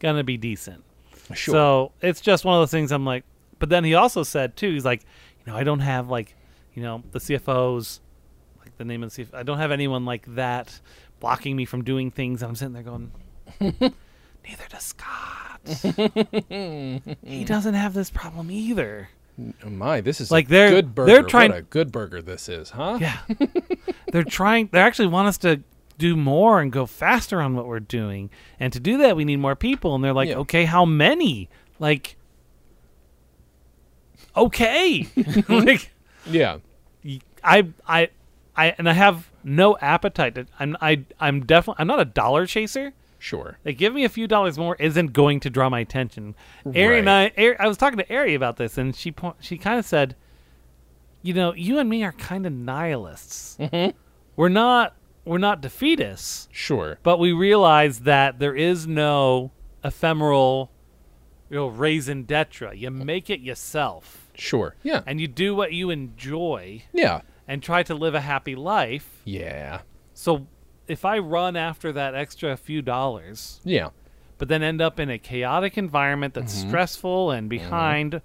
S1: gonna be decent.
S2: Sure.
S1: So it's just one of those things. I'm like, but then he also said too. He's like, you know, I don't have like, you know, the CFOs, like the name of the CFO. I don't have anyone like that blocking me from doing things. I'm sitting there going, neither does Scott. he doesn't have this problem either.
S2: Oh my, this is
S1: Like,
S2: a
S1: they're-
S2: good burger.
S1: they're trying-
S2: what a good burger this is, huh?
S1: Yeah, they're trying. They actually want us to do more and go faster on what we're doing. And to do that, we need more people. And they're like,
S2: Yeah.
S1: okay, how many? Like, okay, like.
S2: Yeah.
S1: I I I and I have no appetite. To, I'm I I'm definitely I'm not a dollar chaser.
S2: Sure.
S1: Like give me a few dollars more isn't going to draw my attention. Ari and I
S2: Right.
S1: Ari, I was talking to Ari about this and she po- she kind of said, you know, you and me are kind of nihilists. We're not we're not defeatists,
S2: Sure.
S1: but we realize that there is no ephemeral you know raison d'etre. You make it yourself
S2: Sure. Yeah.
S1: and you do what you enjoy
S2: Yeah.
S1: and try to live a happy life.
S2: Yeah.
S1: So if I run after that extra few dollars,
S2: Yeah.
S1: but then end up in a chaotic environment that's
S2: Mm-hmm.
S1: stressful and behind,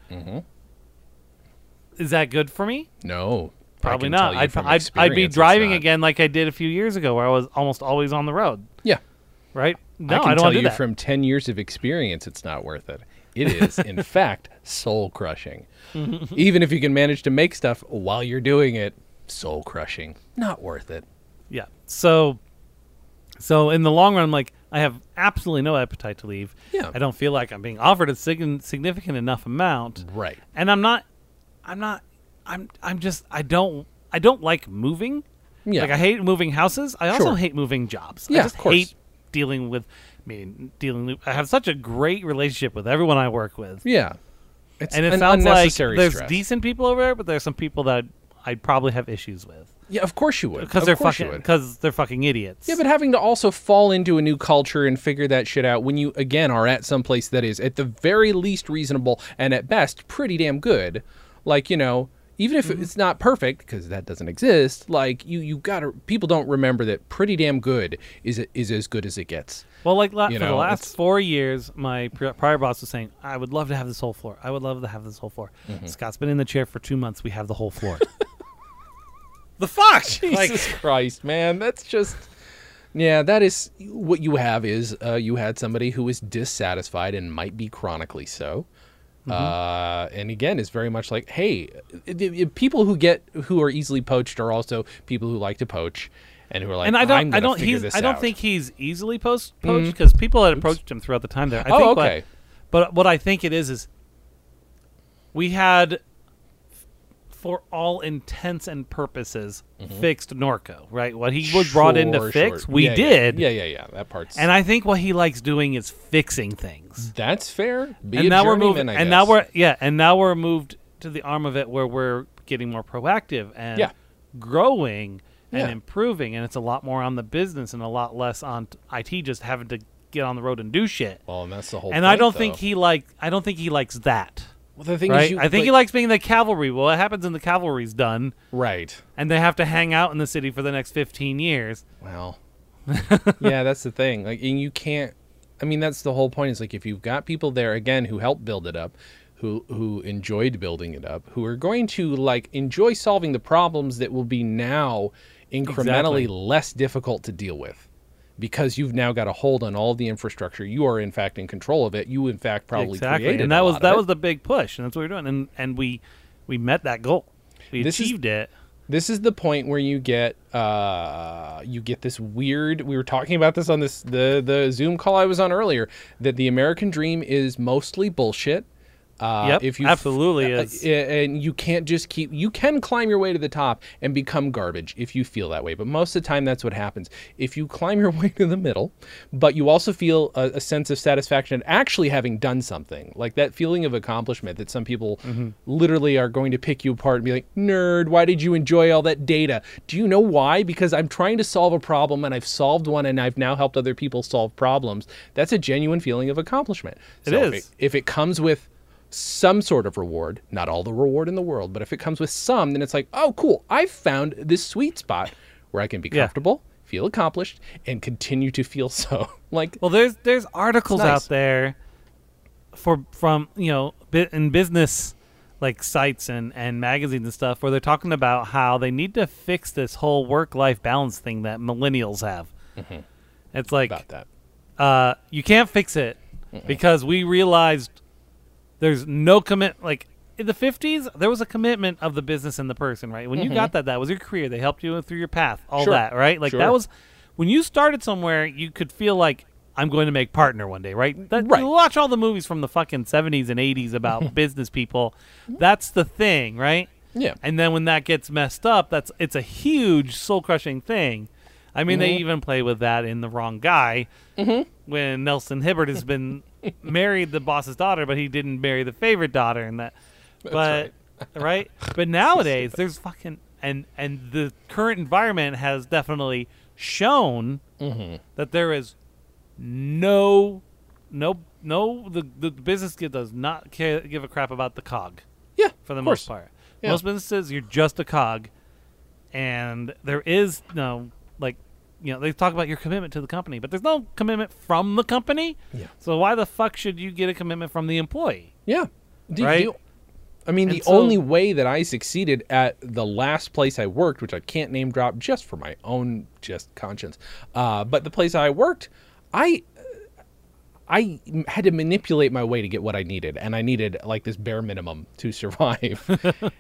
S1: is that good for me?
S2: No.
S1: Probably
S2: I can tell
S1: not.
S2: you
S1: I'd,
S2: from
S1: I'd, I'd be
S2: experience it's
S1: driving
S2: not.
S1: again like I did a few years ago where I was almost always on the road,
S2: Yeah.
S1: right? No,
S2: I
S1: I,
S2: can
S1: don't
S2: tell
S1: want to do
S2: you
S1: that.
S2: from 10 years of experience, it's not worth it. It is, in fact, soul crushing. Even if you can manage to make stuff while you're doing it, soul crushing. Not worth it.
S1: Yeah. So, so in the long run, like I have absolutely no appetite to leave.
S2: Yeah.
S1: I don't feel like I'm being offered a sig- significant enough amount.
S2: Right.
S1: and I'm not, I'm not, I'm, I'm just, I don't, I don't like moving.
S2: Yeah.
S1: Like I hate moving houses. I also
S2: Sure.
S1: hate moving jobs.
S2: Yeah,
S1: I just
S2: of course.
S1: hate dealing with. I mean, dealing. with- I have such a great relationship with everyone I work with,
S2: Yeah. It's
S1: and it
S2: an
S1: sounds like
S2: unnecessary
S1: there's
S2: stress.
S1: decent people over there, but there's some people that I'd probably have issues with
S2: yeah, of course you would.
S1: because
S2: Of
S1: they're
S2: course you
S1: fucking
S2: would.
S1: because they're fucking idiots.
S2: Yeah, but having to also fall into a new culture and figure that shit out when you again are at some place that is at the very least reasonable and at best pretty damn good. Like, you know, even if it's not perfect because that doesn't exist, like you you got to people don't remember that pretty damn good is is as good as it gets.
S1: Well, like la-
S2: You
S1: for the
S2: know,
S1: last
S2: it's-
S1: four years, my pri- prior boss was saying, "I would love to have this whole floor. I would love to have this whole floor."
S2: Mm-hmm.
S1: Scott's been in the chair for two months. We have the whole floor. the fuck,
S2: Jesus Christ, man, that's just yeah, that is what you have is uh, you had somebody who is dissatisfied and might be chronically so.
S1: Mm-hmm.
S2: Uh, and again, it's very much like, hey, i- i- people who get who are easily poached are also people who like to poach, and who are like,
S1: and I
S2: I'm
S1: don't,
S2: gonna
S1: I don't,
S2: figure
S1: he's,
S2: this
S1: I don't
S2: out." Mm-hmm.
S1: think he's easily post poached because people had approached him throughout the time there. I
S2: Oh,
S1: think what-
S2: okay.
S1: but what I think it is is we had, for all intents and purposes, fixed Norco. Right, what he was brought in
S2: Mm-hmm.
S1: to
S2: Sure,
S1: fix,
S2: sure.
S1: we
S2: Yeah, yeah.
S1: did.
S2: Yeah, yeah, yeah. That part's
S1: And I think what he likes doing is fixing things.
S2: that's fair. Be
S1: and
S2: a
S1: now we're
S2: journeyman,
S1: moving.
S2: I
S1: And now
S2: guess.
S1: we're yeah. And now we're moved to the arm of it where we're getting more proactive and
S2: Yeah.
S1: growing and
S2: Yeah.
S1: improving. And it's a lot more on the business and a lot less on t- IT just having to get on the road and do shit.
S2: well, and that's the whole.
S1: and I
S2: point,
S1: don't think
S2: though.
S1: he like. I don't think he likes that.
S2: Well, the thing is,
S1: Right.
S2: you,
S1: I think he
S2: like
S1: likes being the cavalry. Well, what happens when the cavalry's done
S2: right.
S1: and they have to hang out in the city for the next fifteen years?
S2: Well, yeah, that's the thing. Like, and you can't. I mean, that's the whole point. Is like if you've got people there again who helped build it up, who who enjoyed building it up, who are going to like enjoy solving the problems that will be now incrementally
S1: Exactly.
S2: less difficult to deal with. Because you've now got a hold on all the infrastructure, you are in fact in control of it. You in fact probably
S1: exactly.
S2: created
S1: and that
S2: a
S1: was
S2: lot of
S1: that
S2: it.
S1: was the big push, and that's what we we're doing. And and we we met that goal. We
S2: This is-
S1: achieved it.
S2: This is the point where you get uh, you get this weird. We were talking about this on this the the Zoom call I was on earlier that the American dream is mostly bullshit. Uh,
S1: yep.
S2: if you f-
S1: absolutely
S2: uh,
S1: is.
S2: uh, and you can't just keep you can climb your way to the top and become garbage if you feel that way but most of the time that's what happens if you climb your way to the middle but you also feel a, a sense of satisfaction at actually having done something like that feeling of accomplishment that some people
S1: Mm-hmm.
S2: literally are going to pick you apart and be like nerd why did you enjoy all that data do you know why because i'm trying to solve a problem and i've solved one and i've now helped other people solve problems that's a genuine feeling of accomplishment
S1: It
S2: So if
S1: is.
S2: if it comes with some sort of reward, not all the reward in the world, but if it comes with some, then it's like, oh, cool, I've found this sweet spot where I can be
S1: Yeah.
S2: comfortable, feel accomplished, and continue to feel so. like,
S1: Well, there's there's articles
S2: It's nice.
S1: out there for from you know bu- in business like sites and and magazines and stuff where they're talking about how they need to fix this whole work life balance thing that millennials have. It's like
S2: Mm-hmm. about that.
S1: uh, you can't fix it because we realized there's no commit like in the 50s there was a commitment of the business and the person right when you got that that was your career they helped you through your path all
S2: Mm-hmm. Sure.
S1: that right like
S2: Sure.
S1: that was when you started somewhere you could feel like i'm going to make partner one day right that
S2: Right.
S1: you watch all the movies from the fucking 70s and 80s about business people that's the thing right
S2: Yeah.
S1: and then when that gets messed up, that's it's a huge soul crushing thing. I mean, they even play with that in the wrong guy when Nelson Hibbert has been married the boss's daughter, but he didn't marry the favorite daughter, and that. but right. but nowadays there's fucking and and the current environment has definitely shown that there is no no no the the business kid does not care, give a crap about the cog
S2: Yeah.
S1: for the
S2: of
S1: most
S2: course.
S1: part.
S2: Yeah.
S1: Most businesses, you're just a cog, and there is no like, you know, they talk about your commitment to the company, but there's no commitment from the company.
S2: Yeah.
S1: So why the fuck should you get a commitment from the employee?
S2: Yeah. Do
S1: Right?
S2: you- I mean, the
S1: And so-
S2: only way that I succeeded at the last place I worked, which I can't name drop just for my own just conscience, uh, but the place I worked, I I had to manipulate my way to get what I needed, and I needed like this bare minimum to survive.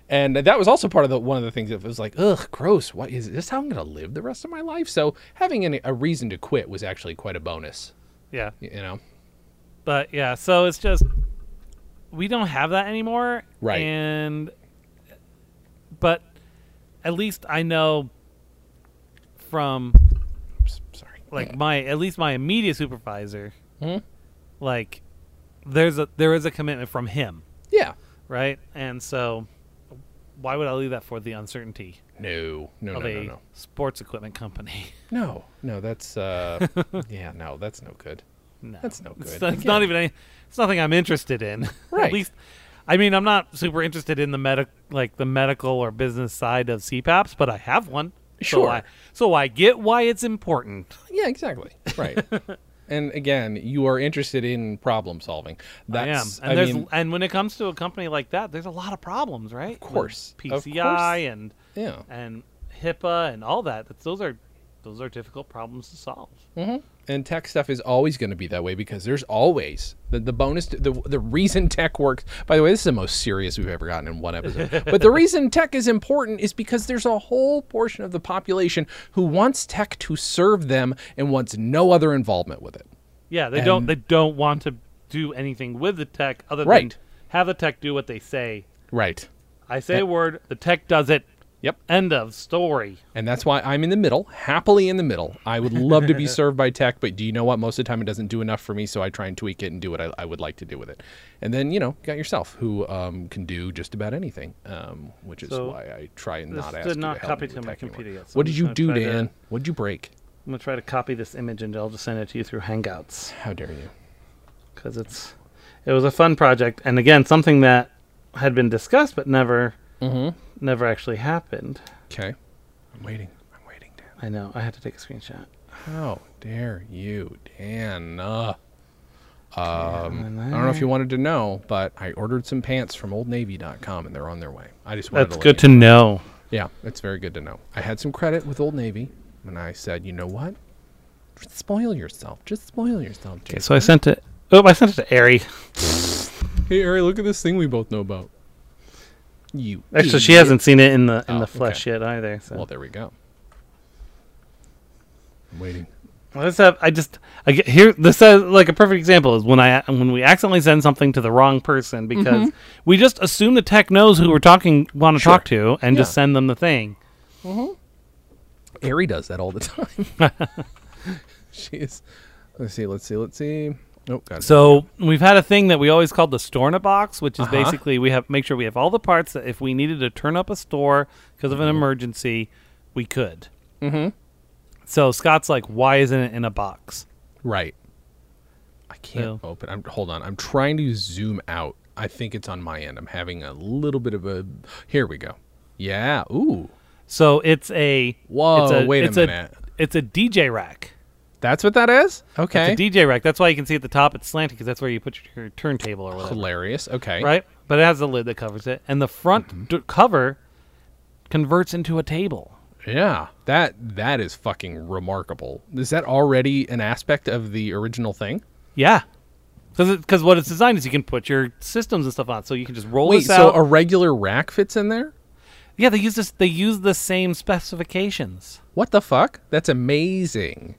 S2: and that was also part of the one of the things that was like, ugh, gross. What is this? How I'm going to live the rest of my life? So having an, a reason to quit was actually quite a bonus.
S1: Yeah.
S2: You know,
S1: But yeah, so it's just we don't have that anymore.
S2: Right.
S1: And but at least I know from
S2: S- sorry.
S1: like my at least my immediate supervisor,
S2: Hmm?
S1: like there's a there is a commitment from him,
S2: Yeah.
S1: right? And so, why would I leave that for the uncertainty
S2: No. No. No.
S1: of
S2: No.
S1: a
S2: No.
S1: sports equipment company?
S2: No, no, that's uh, yeah, no, that's no good.
S1: No,
S2: That's no
S1: It's,
S2: Oh, good.
S1: not- it's not even. Any, it's nothing I'm interested in.
S2: Right.
S1: At least, I mean, I'm not super interested in the medic, like the medical or business side of CPAPs, but I have one.
S2: Sure.
S1: So I, so I get why it's important.
S2: Yeah, exactly. Right. and again, you are interested in problem solving. That's
S1: I am, and there's
S2: mean,
S1: and when it comes to a company like that, there's a lot of problems, right? Of
S2: course.
S1: PCI
S2: Of course.
S1: and
S2: yeah.
S1: and HIPAA and all that. That's, those are those are difficult problems to solve.
S2: and tech stuff is always going to be that way because there's always the, the bonus the, the reason tech works by the way this is the most serious we've ever gotten in one episode but the reason tech is important is because there's a whole portion of the population who wants tech to serve them and wants no other involvement with it
S1: Yeah, they don't
S2: And-
S1: they don't want to do anything with the tech other
S2: Right.
S1: than have the tech do what they say.
S2: right
S1: I say a word, the tech does it.
S2: Yep.
S1: End of story.
S2: And that's why I'm in the middle, happily in the middle. I would love to be served by tech, but do you know what? Most of the time it doesn't do enough for me, so I try and tweak it and do what I, I would like to do with it. And then, you know, got yourself who um, can do just about anything, um, which is
S1: So,
S2: why I try and
S1: this
S2: not ask
S1: did
S2: you
S1: not
S2: to help
S1: copy
S2: me
S1: to
S2: with
S1: my
S2: tech anymore.
S1: computer yet, so
S2: what
S1: I'm
S2: did
S1: just
S2: you
S1: gonna
S2: do,
S1: try to-
S2: Dan? What'd you break?
S1: I'm gonna try to copy this image and I'll just send it to you through Hangouts
S2: How dare you?
S1: because it's it was a fun project and again something that had been discussed but never
S2: Mm-hmm.
S1: never actually happened.
S2: Okay. I'm waiting. I'm waiting, Dan.
S1: I know. I had to take a screenshot.
S2: How dare you, Dan? Uh,
S1: And
S2: Um, I don't know if you wanted to know, but I ordered some pants from oldnavy.com and they're on their way. I just wanted
S1: That's
S2: to
S1: good
S2: let you
S1: to know.
S2: Yeah, it's very good to know. I had some credit with Old Navy, and I said, you know what? Just spoil yourself. Just spoil yourself,
S1: Okay,
S2: Jason.
S1: so I sent it. Oh, I sent it to Ari.
S2: Hey, Ari, look at this thing we both know about. You
S1: Actually, she
S2: idiot.
S1: hasn't seen it in the in
S2: Oh,
S1: the flesh yet either. So
S2: Well, there we go. I'm waiting.
S1: let's have. I just I get here. This is like a perfect example is when I when we accidentally send something to the wrong person because
S2: Mm-hmm.
S1: we just assume the tech knows who we're talking want to
S2: Sure.
S1: talk to and just
S2: Yeah.
S1: send them the thing.
S2: Ari does that all the time. She's. Let's see. Let's see. Let's see. Oh God.
S1: So we've had a thing that we always called the store in a box, which is
S2: Uh-huh.
S1: basically we have make sure we have all the parts that if we needed to turn up a store because of
S2: Mm-hmm.
S1: an emergency, we could. Mm-hmm. So Scott's like, why isn't it in a box?
S2: right. I can't
S1: No.
S2: open. I'm hold on. I'm trying to zoom out. I think it's on my end. I'm having a little bit of a. Here we go. Yeah. Ooh.
S1: So it's a
S2: Whoa,
S1: It's a,
S2: wait a
S1: it's
S2: minute.
S1: it's a DJ rack.
S2: That's what that is. Okay.
S1: It's a DJ rack. That's why you can see at the top it's slanted because that's where you put your, your turntable or whatever,
S2: Hilarious. Okay.
S1: right? But it has a lid that covers it, and the front
S2: Mm-hmm.
S1: d- cover converts into a table.
S2: Yeah. That that is fucking remarkable. Is that already an aspect of the original thing?
S1: Yeah. Because what it's designed is you can put your systems and stuff on, so you can just roll
S2: Wait.
S1: this
S2: So
S1: out.
S2: a regular rack fits in there?
S1: yeah, they use this. They use the same specifications.
S2: What the fuck? That's amazing.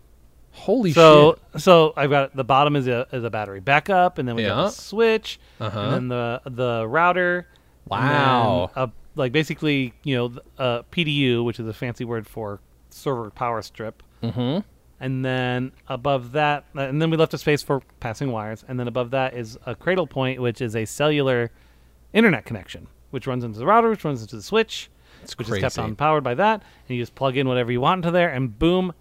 S2: Holy
S1: So,
S2: shit.
S1: so I've got the bottom is a is a battery backup, and then we
S2: Yeah.
S1: got the switch,
S2: Uh-huh.
S1: and then the the router. and then
S2: Wow.
S1: a- like basically, you know, th- uh, a PDU, which is a fancy word for server power strip. Mm-hmm. And then above that, uh, and then we left a space for passing wires, and then above that is a cradle point, which is a cellular internet connection, which runs into the router, which runs into the switch, which is kept
S2: crazy.
S1: on powered by that, and you just plug in whatever you want into there, and boom,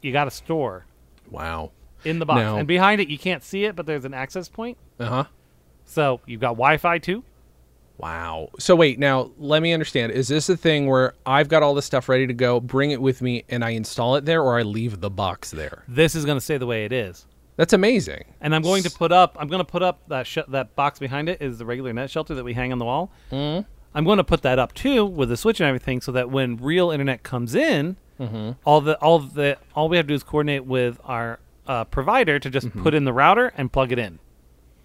S1: you got a store
S2: Wow.
S1: in the box.
S2: Now-
S1: And behind it, you can't see it, but there's an access point.
S2: Uh huh.
S1: So you've got Wi Fi too.
S2: Wow. So wait, now let me understand. Is this a thing where I've got all this stuff ready to go, bring it with me, and I install it there, or I leave the box there?
S1: This is going to stay the way it is.
S2: That's amazing.
S1: And I'm going to put up. I'm going to put up that sh- that box behind it is the regular net shelter that we hang on the wall. Mm. I'm going to put that up too with the switch and everything, so that when real internet comes in, all the all the all we have to do is coordinate with our uh, provider to just put in the router and plug it in,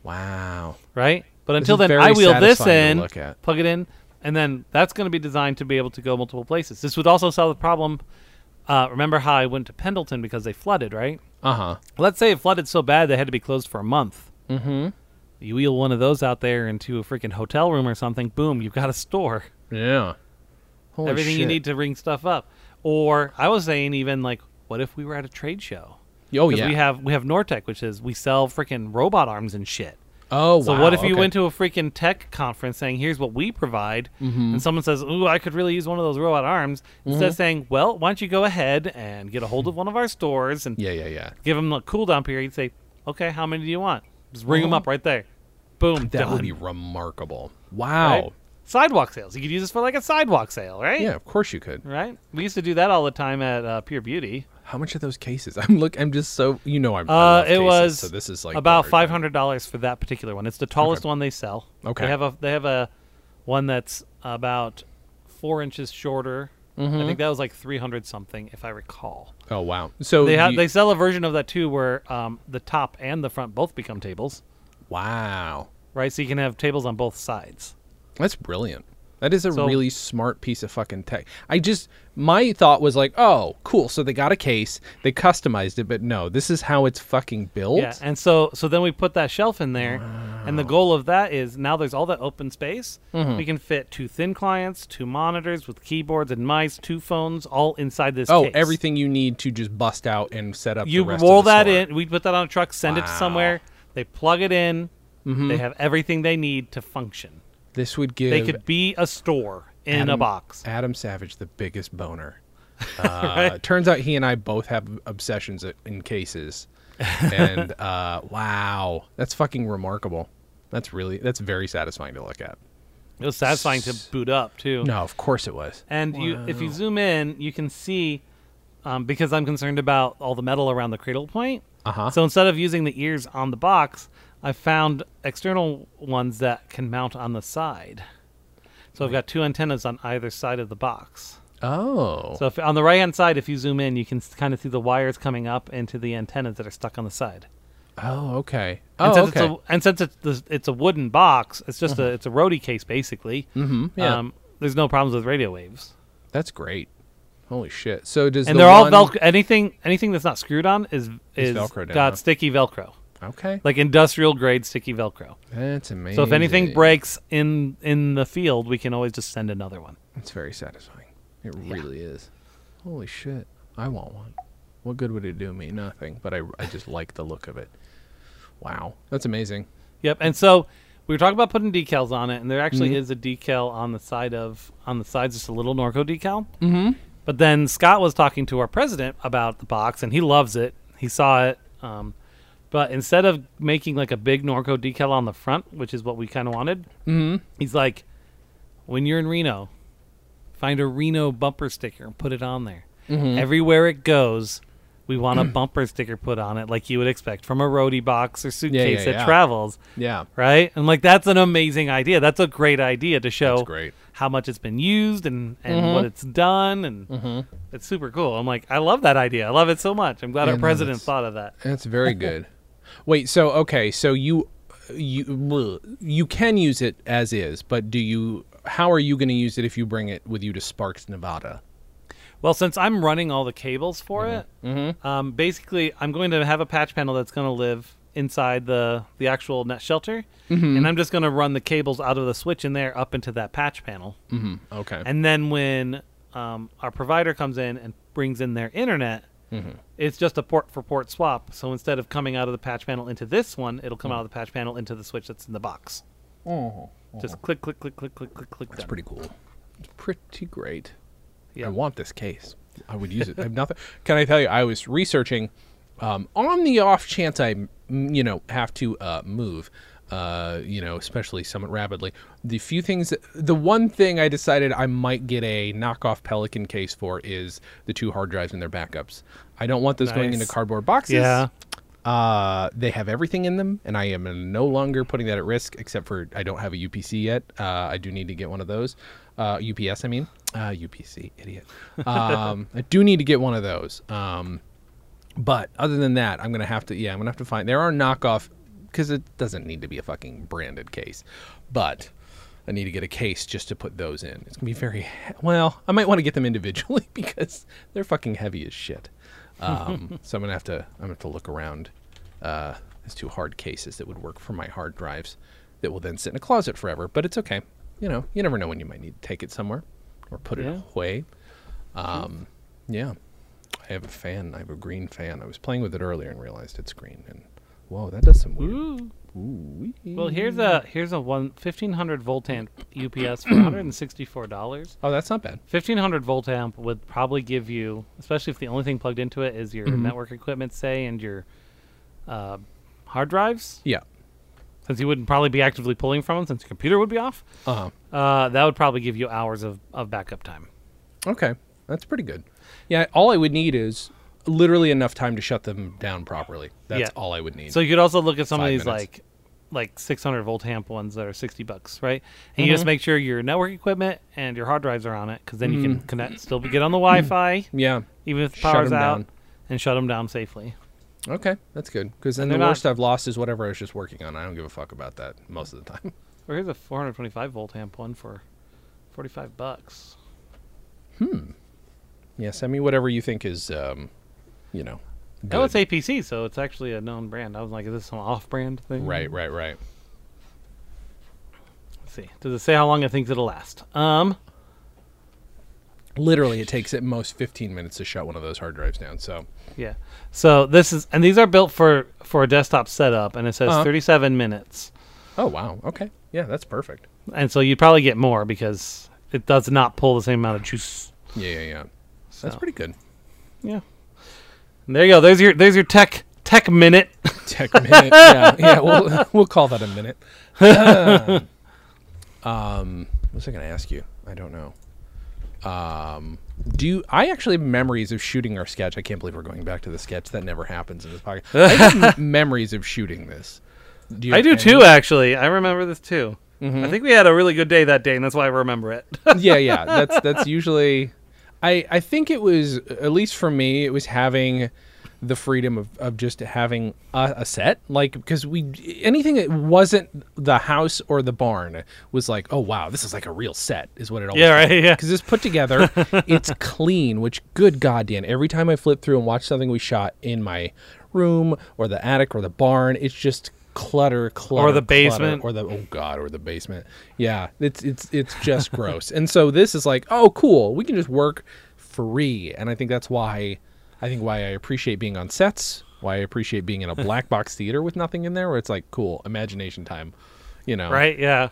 S2: Wow.
S1: right? But
S2: This
S1: until
S2: is
S1: then,
S2: very
S1: I wheel this
S2: satisfying to
S1: in,
S2: look at.
S1: plug it in, and then that's going to be designed to be able to go multiple places. This would also solve the problem. Uh, remember how I went to Pendleton because they flooded, right?
S2: Uh huh.
S1: Let's say it flooded so bad they had to be closed for a month. Mm-hmm. You wheel one of those out there into a freaking hotel room or something. Boom, you've got a store.
S2: Yeah. Holy
S1: Everything you
S2: shit.
S1: need to ring stuff up. Or I was saying even like, what if we were at a trade show?
S2: Oh
S1: 'Cause
S2: yeah.
S1: We have we have Nortec, which is we sell freaking robot arms and shit.
S2: oh wow.
S1: So what if you
S2: okay.
S1: went to a freaking tech conference saying, "Here's what we provide,"
S2: Mm-hmm.
S1: and someone says, "Ooh, I could really use one of those robot arms," instead of saying, "Well, why don't you go ahead and get a hold of one of our stores and
S2: Yeah, yeah, yeah.
S1: give them a cool down period. Say, okay, how many do you want? Just ring them up right there. Boom,
S2: Mm-hmm. That
S1: done.
S2: would be remarkable. Wow.
S1: Right? Sidewalk sales. You could use this for like a sidewalk sale, right?
S2: Yeah, of course you could.
S1: Right. We used to do that all the time at uh, Pure Beauty.
S2: How much are those cases? I'm look. I'm just so you know I'm. I
S1: Uh,
S2: love
S1: it
S2: cases,
S1: was
S2: so this is like
S1: about
S2: hard.
S1: five hundred dollars for that particular one. It's the tallest one they sell.
S2: Okay.
S1: They have a they have a one that's about four inches shorter.
S2: Mm-hmm.
S1: I think that was like three hundred something, if I recall.
S2: Oh wow. So
S1: They have
S2: you-
S1: they sell a version of that too, where um, the top and the front both become tables,
S2: Wow.
S1: right? So you can have tables on both sides.
S2: That's brilliant. That is a
S1: So-
S2: really smart piece of fucking tech. I just my thought was like, oh, cool. So they got a case, they customized it, but no, this is how it's fucking built.
S1: Yeah, and so so then we put that shelf in there, and the goal of that is now there's all that open space.
S2: Mm-hmm.
S1: We can fit two thin clients, two monitors with keyboards and mice, two phones, all inside this.
S2: oh,
S1: case.
S2: everything you need to just bust out and set up.
S1: You
S2: the rest
S1: roll
S2: of the
S1: that
S2: store.
S1: in. We put that on a truck, send it to
S2: Wow.
S1: somewhere. They plug it in.
S2: Mm-hmm.
S1: They have everything they need to function.
S2: This would give
S1: They could be a store in a
S2: Adam-
S1: box.
S2: Adam Savage the biggest boner. Uh, Turns out he and I both have obsessions in cases, and uh, wow, that's fucking remarkable. That's really that's very satisfying to look at.
S1: It was satisfying to boot up too.
S2: No, of course it was.
S1: And you, if you zoom in, you can see um, because I'm concerned about all the metal around the cradle point.
S2: Uh-huh.
S1: So instead of using the ears on the box, I found external ones that can mount on the side. So I've got two antennas on either side of the box.
S2: Oh,
S1: So if, on the right hand side, if you zoom in, you can kind of see the wires coming up into the antennas that are stuck on the side.
S2: Oh, okay.
S1: And
S2: Oh,
S1: since
S2: okay.
S1: It's a, and since it's the, it's a wooden box, it's just a it's a roadie case basically.
S2: Mhm, yeah.
S1: Um, there's no problems with radio waves,
S2: That's great. Holy shit. So does
S1: and
S2: the
S1: they're all
S2: one-
S1: velcro. Anything anything that's not screwed on is is
S2: Velcroed in,
S1: got
S2: huh?
S1: sticky Velcro,
S2: Okay.
S1: like industrial grade sticky Velcro.
S2: That's amazing.
S1: So if anything breaks in in the field, we can always just send another one.
S2: It's very satisfying. It really is. Holy shit. I want one. What good would it do me? Nothing. But I, I just like the look of it. Wow. That's amazing.
S1: Yep. And so we were talking about putting decals on it, and there actually
S2: Mm-hmm.
S1: is a decal on the side of on the sides, just a little Norco decal. Mm-hmm. But then Scott was talking to our president about the box, and he loves it. He saw it. Um, but instead of making like a big Norco decal on the front, which is what we kind of wanted, mm-hmm. he's like, when you're in Reno, find a Reno bumper sticker and put it on there.
S2: Mm-hmm.
S1: Everywhere it goes, we want a bumper sticker put on it, like you would expect from a roadie box or suitcase that
S2: yeah.
S1: travels
S2: Yeah.
S1: right? And like that's an amazing idea. That's a great idea to show
S2: That's great.
S1: how much it's been used and and
S2: Mm-hmm.
S1: what it's done, and it's super cool. I'm like, I love that idea. I love it so much. I'm glad
S2: Yeah,
S1: our
S2: no,
S1: president
S2: that's-
S1: thought of that.
S2: That's very good. Wait, so okay, so you you bleh, you can use it as is, but do you how are you going to use it if you bring it with you to Sparks, Nevada?
S1: Well, since I'm running all the cables for
S2: Mm-hmm.
S1: it, Um, basically I'm going to have a patch panel that's going to live inside the the actual net shelter,
S2: Mm-hmm.
S1: and I'm just going to run the cables out of the switch in there up into that patch panel.
S2: Okay.
S1: And then when um, our provider comes in and brings in their internet,
S2: Mm-hmm.
S1: it's just a port for port swap. So instead of coming out of the patch panel into this one, it'll
S2: Mm-hmm.
S1: come out of the patch panel into the switch that's in the box.
S2: Oh.
S1: Just click, click, click, click, click, click, click.
S2: That's pretty cool. It's pretty great.
S1: Yeah.
S2: I want this case. I would use it. I have nothing. Can I tell you? I was researching. Um, on the off chance I, mm, you know, have to uh, move, uh, you know, especially somewhat rapidly, the few things, the one thing I decided I might get a knockoff Pelican case for is the two hard drives and their backups. I don't want those going
S1: Nice.
S2: into cardboard boxes.
S1: Yeah.
S2: Uh, they have everything in them, and I am no longer putting that at risk, except for I don't have a UPC yet. Uh, I do need to get one of those. Uh, UPS, I mean. Uh, UPC, idiot. Um, I do need to get one of those. Um, but other than that, I'm gonna have to. Yeah, I'm gonna have to find. There are knockoff because it doesn't need to be a fucking branded case, but I need to get a case just to put those in. It's gonna be very he- well. I might want to get them individually because they're fucking heavy as shit. Um, so I'm gonna have to. I'm gonna have to look around. Uh, there's two hard cases that would work for my hard drives that will then sit in a closet forever. But it's okay. You know, you never know when you might need to take it somewhere or put
S1: Yeah.
S2: it away. Um, yeah. I have a fan. I have a green fan. I was playing with it earlier and realized it's green. And whoa, that does some weird.
S1: Ooh. Well, here's a here's a one 1500 volt amp UPS for 164 dollars.
S2: Oh, that's not bad.
S1: 1500 volt amp would probably give you especially if the only thing plugged into it is your
S2: Mm-hmm.
S1: network equipment say and your uh, hard drives
S2: Yeah.
S1: since you wouldn't probably be actively pulling from them since your computer would be off
S2: Uh,
S1: uh, that would probably give you hours of, of backup time
S2: okay. That's pretty good. Yeah. All I would need is literally enough time to shut them down properly. That's
S1: Yeah.
S2: all I would need.
S1: so you could also look at some of
S2: Five
S1: these
S2: minutes.
S1: like like 600 volt amp ones that are 60 bucks right and you just make sure your network equipment and your hard drives are on it because then you can connect still be- get on the wi-fi
S2: yeah.
S1: even if the
S2: Shut
S1: power's
S2: 'em
S1: out
S2: down.
S1: and shut them down safely
S2: Okay. That's good. Because then
S1: And
S2: the
S1: they're not-
S2: worst I've lost is whatever I was just working on. I don't give a fuck about that most of the time.
S1: Or here's a 425 volt amp one for 45 bucks.
S2: yeah. Send me whatever you think is, um, you know.
S1: Oh, it's
S2: good.
S1: APC, so it's actually a known brand. I was like, is this some off-brand thing?
S2: Right, right, right.
S1: Let's see. Does it say how long it thinks it'll last? Um,
S2: Literally, it takes at most 15 minutes to shut one of those hard drives down. So,
S1: yeah. So this is, and these are built for for a desktop setup, and it says
S2: Uh-huh.
S1: 37 minutes.
S2: oh wow, okay, yeah, that's perfect.
S1: And so you'd probably get more because it does not pull the same amount of juice.
S2: Yeah, yeah, yeah. That's
S1: So,
S2: pretty good.
S1: Yeah. And there you go. There's your there's your tech tech minute.
S2: Tech minute. yeah, yeah. We'll we'll call that a minute. um, what was I going to ask you? I don't know. Um, do you, I actually have memories of shooting our sketch? I can't believe we're going back to the sketch. That never happens in this podcast. I have m- memories of shooting this. you
S1: I
S2: have
S1: do
S2: any?
S1: too, actually. I remember this too. I think we had a really good day that day, and that's why I remember it.
S2: yeah, yeah. That's that's usually. I I think it was at least for me. It was having the freedom of, of just having a, a set like because we anything that wasn't the house or the barn was like oh wow this is like a real set is what it always
S1: Yeah, right, yeah.
S2: because it's put together it's clean which good goddamn every time i flip through and watch something we shot in my room or the attic or the barn it's just clutter clutter
S1: the
S2: clutter,
S1: basement.
S2: or the oh god or the basement yeah it's it's it's just gross and so this is like oh cool we can just work free and i think that's why i think why i appreciate being on sets why i appreciate being in a black box theater with nothing in there where it's like cool imagination time you know
S1: right? Yeah.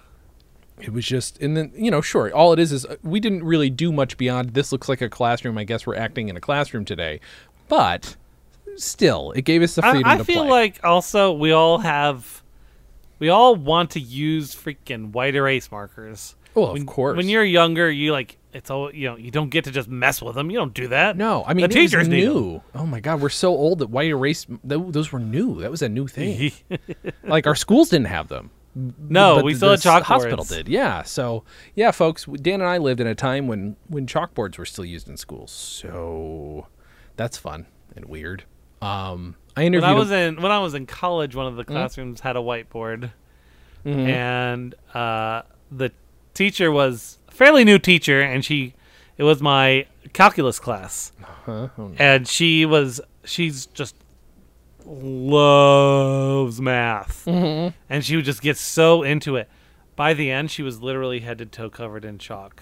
S2: it was just and then you know sure all it is is uh, we didn't really do much beyond this looks like a classroom i guess we're acting in a classroom today but still it gave us the freedom
S1: I, I
S2: to
S1: feel
S2: play
S1: like also we all have, we all want to use freaking white erase markers.
S2: Well, of
S1: When-
S2: course.
S1: When you're younger, you like it's all you know. You don't get to just mess with them. You don't do that.
S2: No, I mean
S1: the
S2: it was
S1: teachers need 'em.
S2: new. Oh my god, we're so old that white erase th- those were new. That was a new thing. like our schools didn't have them.
S1: No,
S2: but
S1: we
S2: the-
S1: still
S2: the
S1: had chalkboards.
S2: Hospital did. Yeah. So yeah, folks, w- Dan and I lived in a time when when chalkboards were still used in schools. So that's fun and weird. Um, I
S1: When
S2: interviewed.
S1: I
S2: a-
S1: was in when I was in college, one
S2: Mm-hmm.
S1: of the classrooms had a whiteboard, and uh, the teacher was a fairly new teacher, and she it was my calculus class,
S2: Uh-huh. Oh,
S1: and she was she's just loves math,
S2: Mm-hmm.
S1: and she would just get so into it. By the end, she was literally head to toe covered in chalk.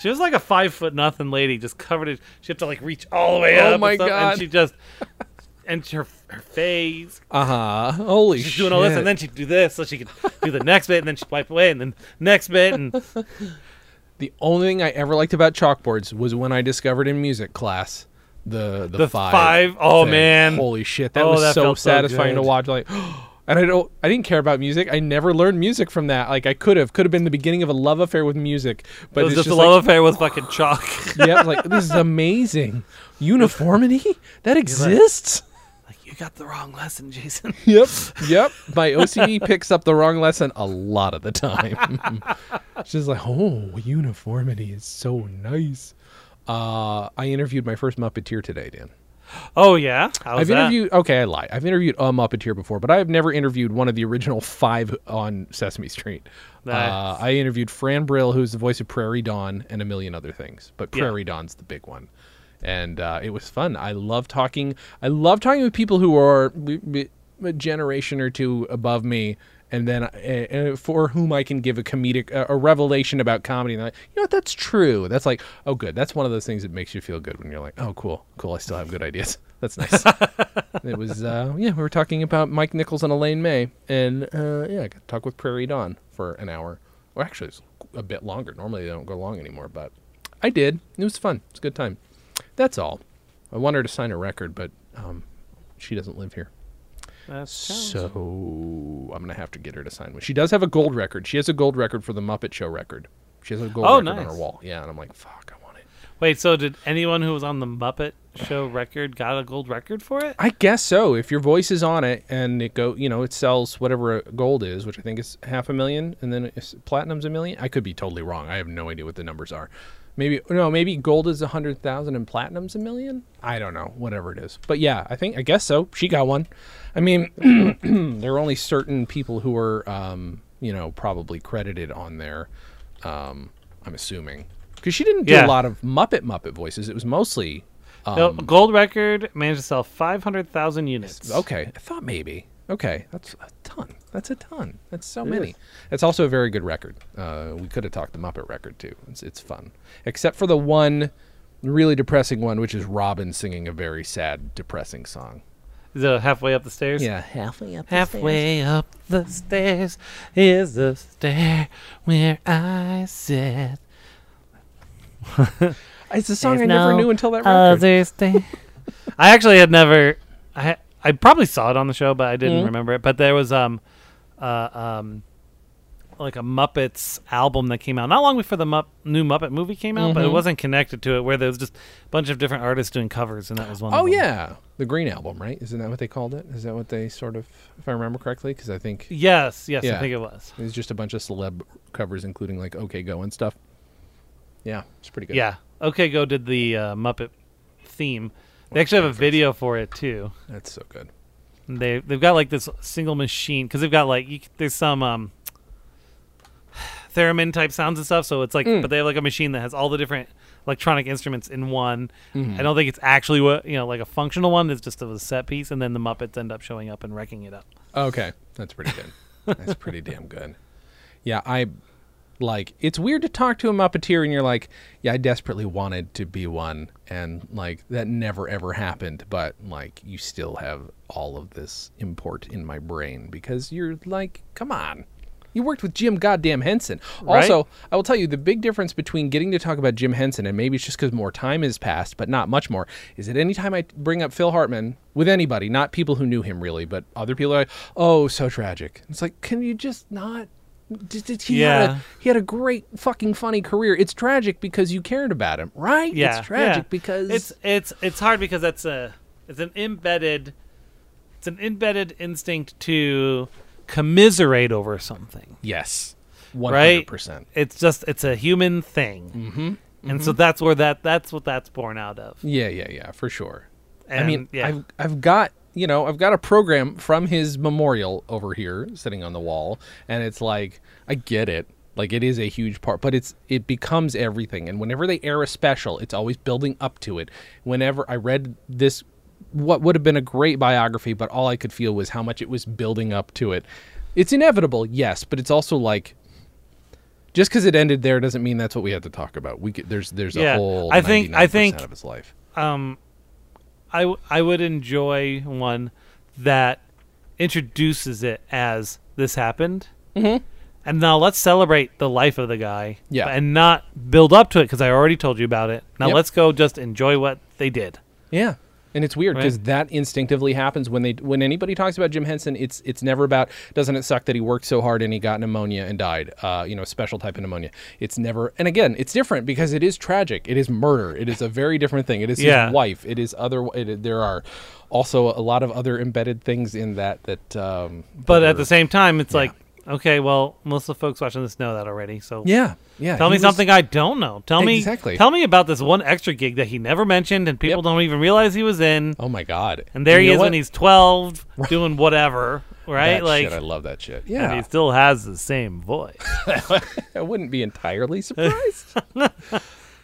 S1: She was like a five foot nothing lady, just covered in. She had to like reach all the way
S2: Oh
S1: up.
S2: my
S1: and stuff,
S2: God.
S1: And she just and her her face.
S2: uh-huh. Holy
S1: She's
S2: shit!
S1: doing all this, and then she'd do this, so she could do the next bit, and then she'd wipe away, and then next bit, and
S2: the only thing I ever liked about chalkboards was when I discovered in music class the the,
S1: The
S2: five.
S1: five- oh,
S2: thing.
S1: man.
S2: holy shit, that
S1: Oh,
S2: was
S1: that
S2: so
S1: felt so
S2: satisfying to
S1: good.
S2: watch. Like, and I don't, I didn't care about music. I never learned music from that. Like, I could have, could have been the beginning of a love affair with music, but
S1: it was
S2: it's
S1: just a
S2: just
S1: love affair with fucking chalk.
S2: like, yeah, like this is amazing. Uniformity that exists.
S1: like you got the wrong lesson, Jason.
S2: Yep, yep. My OCD picks up the wrong lesson a lot of the time. She's like, oh, uniformity is so nice. Uh, I interviewed my first Muppeteer today, Dan.
S1: Oh yeah, How was
S2: I've
S1: that?
S2: interviewed. Okay, I lie. I've interviewed um a Muppeteer before, but I have never interviewed one of the original five on Sesame Street. Uh,
S1: Nice.
S2: I interviewed Fran Brill, who's the voice of Prairie Dawn and a million other things, but
S1: Yeah.
S2: Prairie Dawn's the big one, and uh, it was fun. I love talking. I love talking with people who are b- b- a generation or two above me. And then, uh, uh, for whom I can give a comedic uh, a revelation about comedy, and they're like, you know what, that's true. That's like, oh, good. That's one of those things that makes you feel good when you're like, oh, cool, cool. I still have good ideas. That's nice. it was uh, yeah we were talking about mike nichols and elaine may and uh, yeah i got to talk with prairie dawn for an hour or actually it's a bit longer normally they don't go long anymore but i did it was fun it's a good time that's all i want her to sign a record but um, she doesn't live here
S1: That's
S2: so i'm gonna have to get her to sign one she does have a gold record she has a gold record for the muppet show record she has a gold
S1: Oh,
S2: record on
S1: nice.
S2: her wall yeah and i'm like fuck i want it
S1: Wait, so did anyone who was on the Muppet Show record got a gold record for it?
S2: I guess so. If your voice is on it and it go, you know, it sells whatever gold is, which I think is half a million, and then it's, platinum's a million. I could be totally wrong. I have no idea what the numbers are. Maybe no, maybe gold is a hundred thousand and platinum's a million. I don't know, whatever it is. But yeah, I think I guess so. She got one. I mean, there are only certain people who are, um, you know, probably credited on there. Um, I'm assuming because she didn't do
S1: Yeah.
S2: a lot of Muppet Muppet voices. It was mostly
S1: no, gold record managed to sell five hundred thousand units.
S2: Okay, I thought maybe. Okay, that's a ton. That's a ton. That's so many. It's also a very good record. Uh, we could have talked the Muppet record too. It's it's fun, except for the one really depressing one, which is Robin singing a very sad, depressing song.
S1: Is it halfway up the stairs?
S2: Yeah,
S5: halfway up
S1: Halfway up the stairs is the stair where I sit.
S2: it's a song I never knew until that record.
S5: other thing.
S1: I actually had never. I ha- I probably saw it on the show, but I didn't
S2: Mm-hmm.
S1: remember it. But there was um, uh, um, like a Muppets album that came out not long before the Mupp- new Muppet movie came out,
S2: Mm-hmm.
S1: but it wasn't connected to it. Where there was just a bunch of different artists doing covers, and that was one. of
S2: Oh
S1: them.
S2: yeah, the Green Album, right? Isn't that what they called it? Is that what they sort of, if I remember correctly? Because I think it
S1: Yes, yes,
S2: Yeah.
S1: I think it was.
S2: was just a bunch of celeb covers, including like OK Go and stuff. Yeah, it's pretty good.
S1: Yeah. Okay, Go did the uh, Muppet theme. They actually have a video for it too.
S2: That's so good.
S1: And They they've got like this single machine because they've got like you, c- there's some um theremin type sounds and stuff. So it's like,
S2: Mm.
S1: but they have like a machine that has all the different electronic instruments in one.
S2: Mm-hmm.
S1: I don't think it's actually what you know like a functional one. It's just a set piece, and then the Muppets end up showing up and wrecking it up.
S2: Okay, that's pretty good. that's pretty damn good. Yeah, I like it's weird to talk to a Muppeteer and you're like, yeah, I desperately wanted to be one, and like that never ever happened, but like you still have all of this import in my brain because you're like, come on. You worked with Jim Goddamn Henson. Also,
S1: Right?
S2: I will tell you the big difference between getting to talk about Jim Henson and maybe it's just because more time has passed, but not much more, is that anytime I bring up Phil Hartman with anybody, not people who knew him really, but other people are like, oh, so tragic. It's like, can you just not? Did, did he, had
S1: Yeah.
S2: a, he had a great fucking funny career. It's tragic because you cared about him, right?
S1: Yeah,
S2: It's tragic
S1: yeah.
S2: because
S1: it's it's it's hard because that's a it's an embedded it's an embedded instinct to commiserate over something.
S2: yes,
S1: right?
S2: 100%.
S1: It's just it's a human thing, mm-hmm. and so that's where that that's what that's born out of.
S2: Yeah, yeah, yeah, for sure. I
S1: And,
S2: mean,
S1: yeah.
S2: I've I've got you know I've got a program from his memorial over here sitting on the wall, and it's like I get it. Like it is a huge part, but it's it becomes everything. And whenever they air a special, it's always building up to it. Whenever I read this, what would have been a great biography, but all I could feel was how much it was building up to it. It's inevitable, yes, but it's also like just because it ended there doesn't mean that's what we had to talk about. We could, there's there's a
S1: Yeah,
S2: whole
S1: I think- I
S2: 99%
S1: think-
S2: of his life.
S1: I w- I would enjoy one that introduces it as this happened. Mm-hmm. And now let's celebrate the life of the guy.
S2: Yeah.
S1: And not build up to it because I already told you about it. Now
S2: Yep.
S1: let's go just enjoy what they did.
S2: Yeah. And it's weird
S1: Right.
S2: because that instinctively happens when they when anybody talks about Jim Henson. It's it's never about doesn't it suck that he worked so hard and he got pneumonia and died. Uh, you know, special type of pneumonia. It's never and again it's different because it is tragic. It is murder. It is a very different thing. It is
S1: Yeah.
S2: his wife. It is other. It, there are also a lot of other embedded things in that that. Um,
S1: But
S2: that
S1: at
S2: are-
S1: the same time, it's like, okay, well, most of the folks watching this know that already. So
S2: yeah yeah.
S1: tell
S2: he
S1: me
S2: was-
S1: something I don't know. Tell me
S2: Exactly.
S1: Tell me about this one extra gig that he never mentioned and people
S2: Yep.
S1: don't even realize he was in.
S2: Oh my god.
S1: And there
S2: You
S1: he
S2: know
S1: is
S2: what?
S1: when he's twelve, doing whatever, right?
S2: That
S1: like
S2: shit, I love that shit.
S1: and
S2: Yeah.
S1: he still has the same voice.
S2: I wouldn't be entirely surprised.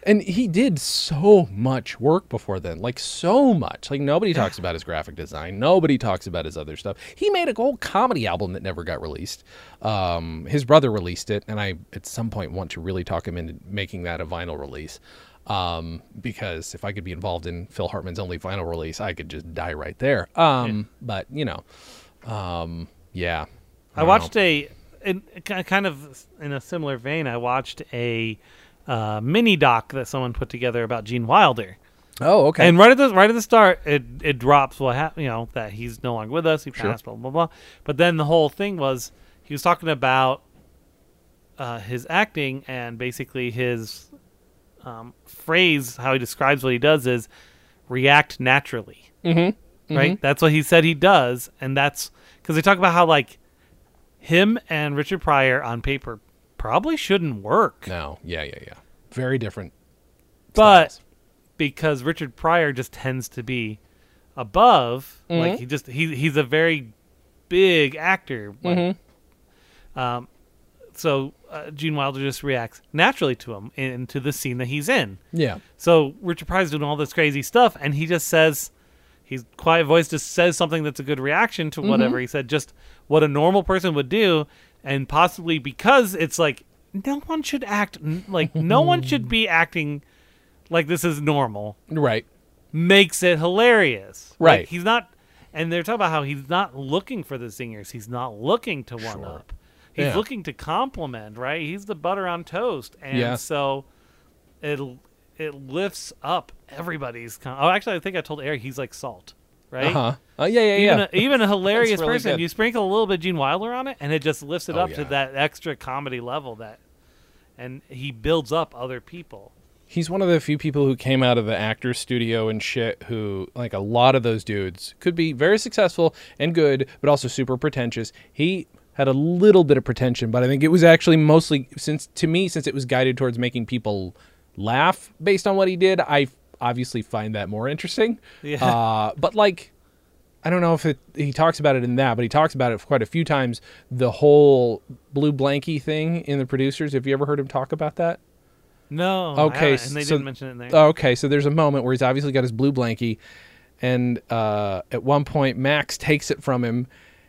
S2: and he did so much work before then, like so much. Like nobody talks about his graphic design. Nobody talks about his other stuff. He made a whole comedy album that never got released. Um, his brother released it, and I at some point want to really talk him into making that a vinyl release. Um, because if I could be involved in Phil Hartman's only vinyl release, I could just die right there. Um, but you know, um, yeah.
S1: I watched a, in, ki- kind of in a similar vein. I watched a uh, mini doc that someone put together about Gene Wilder,
S2: Oh, okay.
S1: and right at the right at the start, it it drops what hap- you know that he's no longer with us. He passed, blah blah blah. But then the whole thing was he was talking about uh, his acting and basically his um, phrase how he describes what he does is react naturally. right? That's what he said he does, and that's because they talk about how like him and Richard Pryor on paper probably shouldn't work,
S2: No, yeah, yeah, yeah. Very different.
S1: but
S2: styles.
S1: because Richard Pryor just tends to be above, like he just he he's a very big actor, like, um, so uh, Gene Wilder just reacts naturally to him and to the scene that he's in.
S2: Yeah.
S1: So Richard Pryor's doing all this crazy stuff, and he just says, his quiet voice just says something that's a good reaction to whatever he said, just what a normal person would do, and possibly because it's like no one should act n- like no one should be acting like this is normal
S2: Right.
S1: makes it hilarious. Like,
S2: Right.
S1: he's not, and they're talking about how he's not looking for the singers. He's not looking to one
S2: Sure.
S1: up. He's
S2: Yeah.
S1: looking to compliment, right? He's the butter on toast, and
S2: Yeah.
S1: so it it lifts up everybody's. Com- oh, actually, I think I told Eric he's like salt, right?
S2: Uh huh. Oh yeah, yeah,
S1: Even,
S2: yeah.
S1: a, even a hilarious
S2: really
S1: person,
S2: good.
S1: you sprinkle a little bit of Gene Wilder on it, and it just lifts it
S2: Oh,
S1: up to
S2: yeah.
S1: that extra comedy level that, and he builds up other people.
S2: He's one of the few people who came out of the actor's studio and shit who, like, a lot of those dudes could be very successful and good, but also super pretentious. He had a little bit of pretension, but I think it was actually mostly since to me since it was guided towards making people laugh based on what he did. I obviously find that more interesting.
S1: Yeah.
S2: Uh, but like, I don't know if it, he talks about it in that, but he talks about it quite a few times. The whole blue blankie thing in the producers. Have you ever heard him talk about that?
S1: No. I
S2: Okay,
S1: haven't, and they
S2: so-
S1: didn't mention it in there.
S2: Oh, Okay, so there's a moment where he's obviously got his blue blankie, and uh, at one point Max takes it from him,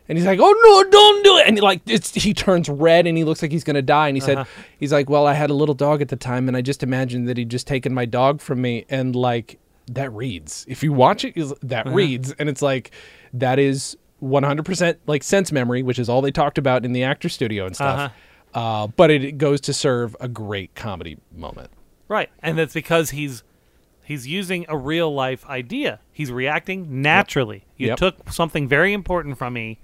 S2: and he's like, "Oh no, don't do it!" And he, like it's, he turns red, and he looks like he's gonna die. And he said,
S1: Uh-huh.
S2: "He's like, well, I had a little dog at the time, and I just imagined that he'd just taken my dog from me." And like that reads. If you watch it, is- that
S1: Uh-huh.
S2: reads, and it's like that is 100% like sense memory, which is all they talked about in the actor studio and stuff. uh
S1: Uh-huh.
S2: but it goes to serve a great comedy moment.
S1: Right, and that's because he's he's using a real life idea. He's reacting naturally. You
S2: Yep. Mm-hmm.
S1: took something very important from me,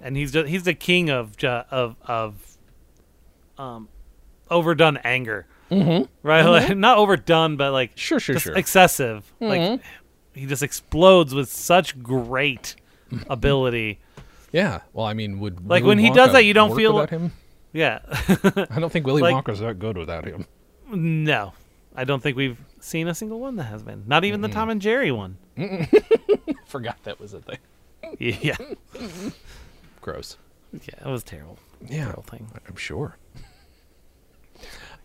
S1: and he's just, he's the king of ju- of of um overdone anger. Mm-hmm. Right, Like, not overdone, but like
S2: Sure, sure,
S1: just
S2: sure. Mm-hmm.
S1: excessive. Like he just explodes with such great ability.
S2: Yeah. Well, I mean, would
S1: Like,
S2: Willy
S1: when he does
S2: Wonka
S1: that, you don't
S2: work
S1: feel-
S2: without him.
S1: Yeah,
S2: I don't think Willy
S1: Like-
S2: Wonka's that good without him.
S1: no, I don't think we've seen a single one that has been. Not even
S2: Mm-hmm.
S1: the Tom and Jerry one.
S2: Forgot that was a thing.
S1: Yeah.
S2: Gross.
S1: Yeah, it was terrible.
S2: Yeah.
S1: Terrible thing.
S2: I'm sure.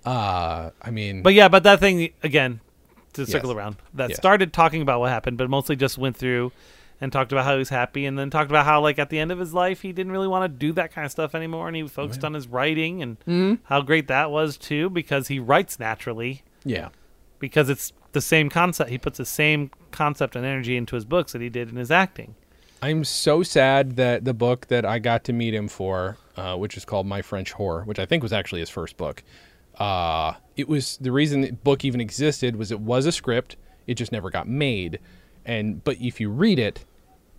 S2: Uh, I mean,
S1: But yeah, but that thing again, to circle
S2: Yes.
S1: around, that
S2: Yes.
S1: started talking about what happened, but mostly just went through and talked about how he was happy and then talked about how like at the end of his life he didn't really want to do that kind of stuff anymore and he focused on his writing and how great that was too, because he writes naturally
S2: yeah,
S1: because it's the same concept he puts the same concept and energy into his books that he did in his acting.
S2: I'm so sad that the book that I got to meet him for, uh, which is called My French Whore, which I think was actually his first book. Uh, it was the reason the book even existed was it was a script. It just never got made. And but if you read it,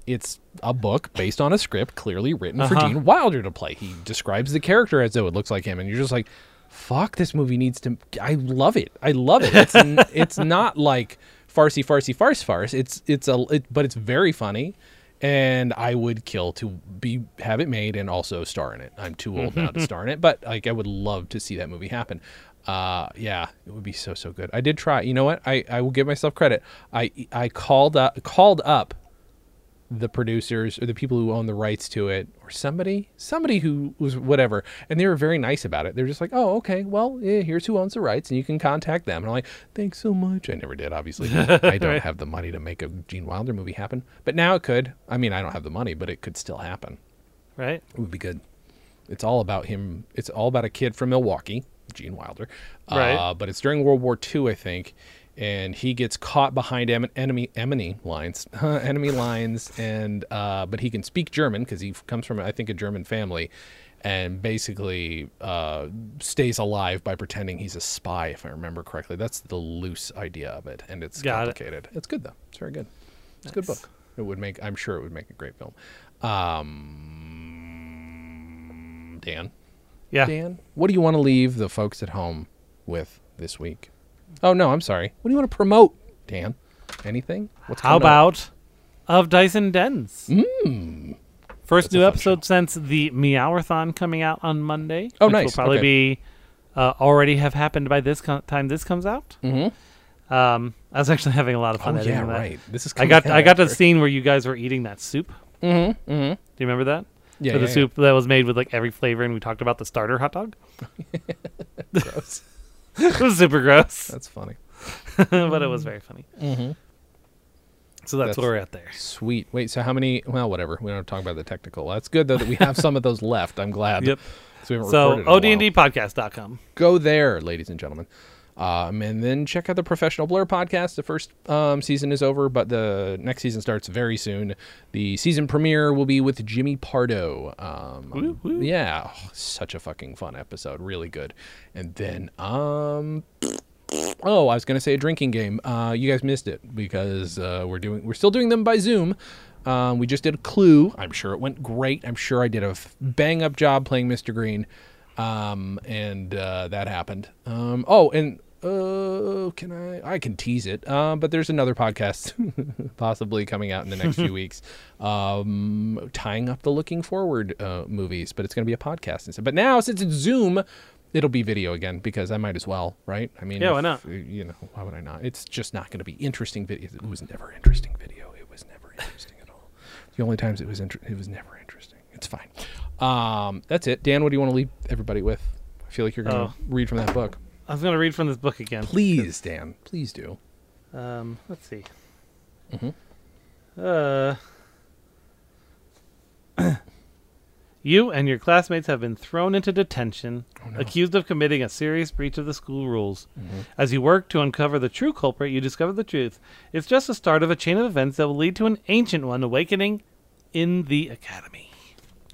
S2: it's a book based on a script clearly written for Gene Wilder to play. He describes the character as though it looks like him, and you're just like, "Fuck, this movie needs to." I love it. I love it. It's n- it's not like farcy, farcy, farce, farce. It's it's a it, but it's very funny, and I would kill to be have it made and also star in it. I'm too old now to star in it, but like I would love to see that movie happen. Uh, yeah, it would be so so good. I did try. You know what? I, I will give myself credit. I I called up called up the producers or the people who own the rights to it or somebody somebody who was whatever and they were very nice about it they're just like oh okay well yeah, here's who owns the rights and you can contact them and i'm like thanks so much i never did obviously i don't have the money to make a gene wilder movie happen but now it could i mean i don't have the money but it could still happen
S1: Right?
S2: it would be good it's all about him it's all about a kid from milwaukee gene wilder uh,
S1: Right.
S2: but it's during world war ii i think and he gets caught behind em- enemy enemy lines enemy lines and uh, but he can speak german because he f- comes from i think a german family and basically uh, stays alive by pretending he's a spy if i remember correctly that's the loose idea of it and it's
S1: Got it.
S2: complicated it's good though it's very good it's a good book it would make i'm sure it would make a great film um, dan
S1: Yeah.
S2: Dan, what do you want to leave the folks at home with this week? Oh no, I'm sorry. What do you want to promote, Dan? Anything? What's
S1: How
S2: coming up?
S1: about of Dyson Dens?
S2: Hmm.
S1: First new episode since the Meowathon coming out on Monday.
S2: Oh,
S1: which
S2: nice.
S1: Will probably
S2: Okay.
S1: be uh, already have happened by this co- time this comes out. Mm-hmm. Um, I was actually having a lot of fun.
S2: Oh
S1: editing
S2: yeah,
S1: that.
S2: right. This is.
S1: I
S2: Coming
S1: got
S2: out
S1: I got the
S2: after.
S1: scene where you guys were eating that soup. Mm-hmm. Do you remember that?
S2: Yeah,
S1: Or the
S2: yeah, yeah.
S1: soup that was made with like every flavor, and we talked about the starter hot dog.
S2: Gross.
S1: it was super gross,
S2: That's funny.
S1: but it was very funny. Mm-hmm. So that's,
S2: That's-
S1: where we're at there.
S2: Sweet. Wait. So how many? Well, whatever. We don't have to talk about the technical. That's good though that we have some of those left. I'm glad.
S1: Yep.
S2: So we haven't
S1: So
S2: recorded in a while.
S1: odndpodcast.com.
S2: go there, ladies and gentlemen. Um, and then check out the Professional Blur podcast. The first um, season is over, but the next season starts very soon. The season premiere will be with Jimmy Pardo. Um,
S1: woo.
S2: Yeah, oh, such a fucking fun episode. Really good. And then, um, oh, I was gonna say a drinking game. Uh, you guys missed it because uh, we're doing we're still doing them by Zoom. Um, we just did a Clue. I'm sure it went great. I'm sure I did a bang up job playing Mr. Green, um, and uh, that happened. Um, oh, and uh, can I? I can tease it. Um, but there's another podcast possibly coming out in the next few weeks, um, tying up the Looking Forward uh, movies. But it's going to be a podcast instead. But now since it's Zoom, It'll be video again because I might as well, right? I mean,
S1: Yeah, why
S2: if-
S1: not?
S2: uh, You know, why would I not? It's just not going to be interesting video. It was never interesting video. It was never interesting at all. The only times it was inter- it was never interesting. It's fine. Um, that's it. Dan, what do you want to leave everybody with? I feel like you're going to
S1: Oh.
S2: read from that book.
S1: I was gonna read from this book again.
S2: Please, Dan. Please do.
S1: Um, let's see.
S2: Mhm.
S1: Uh, you and your classmates have been thrown into detention,
S2: Oh,
S1: accused of committing a serious breach of the school rules.
S2: Mm-hmm.
S1: As you work to uncover the true culprit, you discover the truth. It's just the start of a chain of events that will lead to an ancient one awakening in the academy.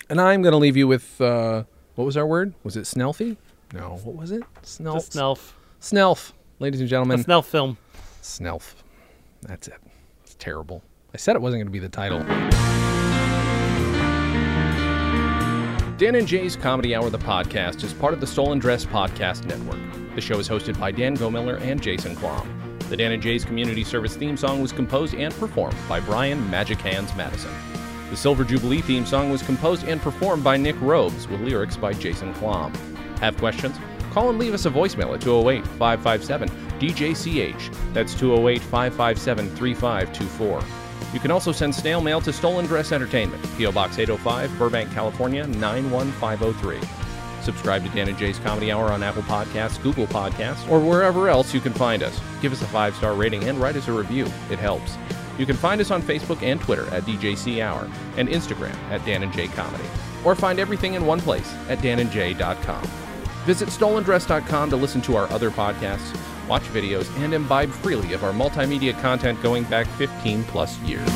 S2: And I'm going to leave you with uh, what was our word? Was it snelfy? No. What was it?
S1: The
S2: Snelf.
S1: Snelf,
S2: Snelf. Ladies and
S1: the
S2: gentlemen.
S1: Snelf film.
S2: Snelf. That's it. It's terrible. I said it wasn't going to be the title. Dan and Jay's Comedy Hour, the podcast, is part of the Stolen Dress Podcast Network. The show is hosted by Dan Gomiller and Jason Klom. The Dan and Jay's Community Service theme song was composed and performed by Brian Magic Hands Madison. The Silver Jubilee theme song was composed and performed by Nick Robes with lyrics by Jason Klom. Have questions? Call and leave us a voicemail at 208 557 DJCH. That's 208 557 3524. You can also send snail mail to Stolen Dress Entertainment, P.O. Box 805, Burbank, California 91503. Subscribe to Dan and Jay's Comedy Hour on Apple Podcasts, Google Podcasts, or wherever else you can find us. Give us a five star rating and write us a review, it helps. You can find us on Facebook and Twitter at DJC Hour and Instagram at Dan and Jay Comedy. Or find everything in one place at danandjay.com. Visit stolendress.com to listen to our other podcasts, watch videos, and imbibe freely of our multimedia content going back 15 plus years.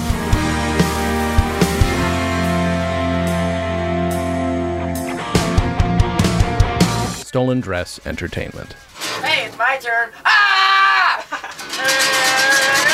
S2: Stolen Dress Entertainment.
S5: Hey, it's my turn. Ah!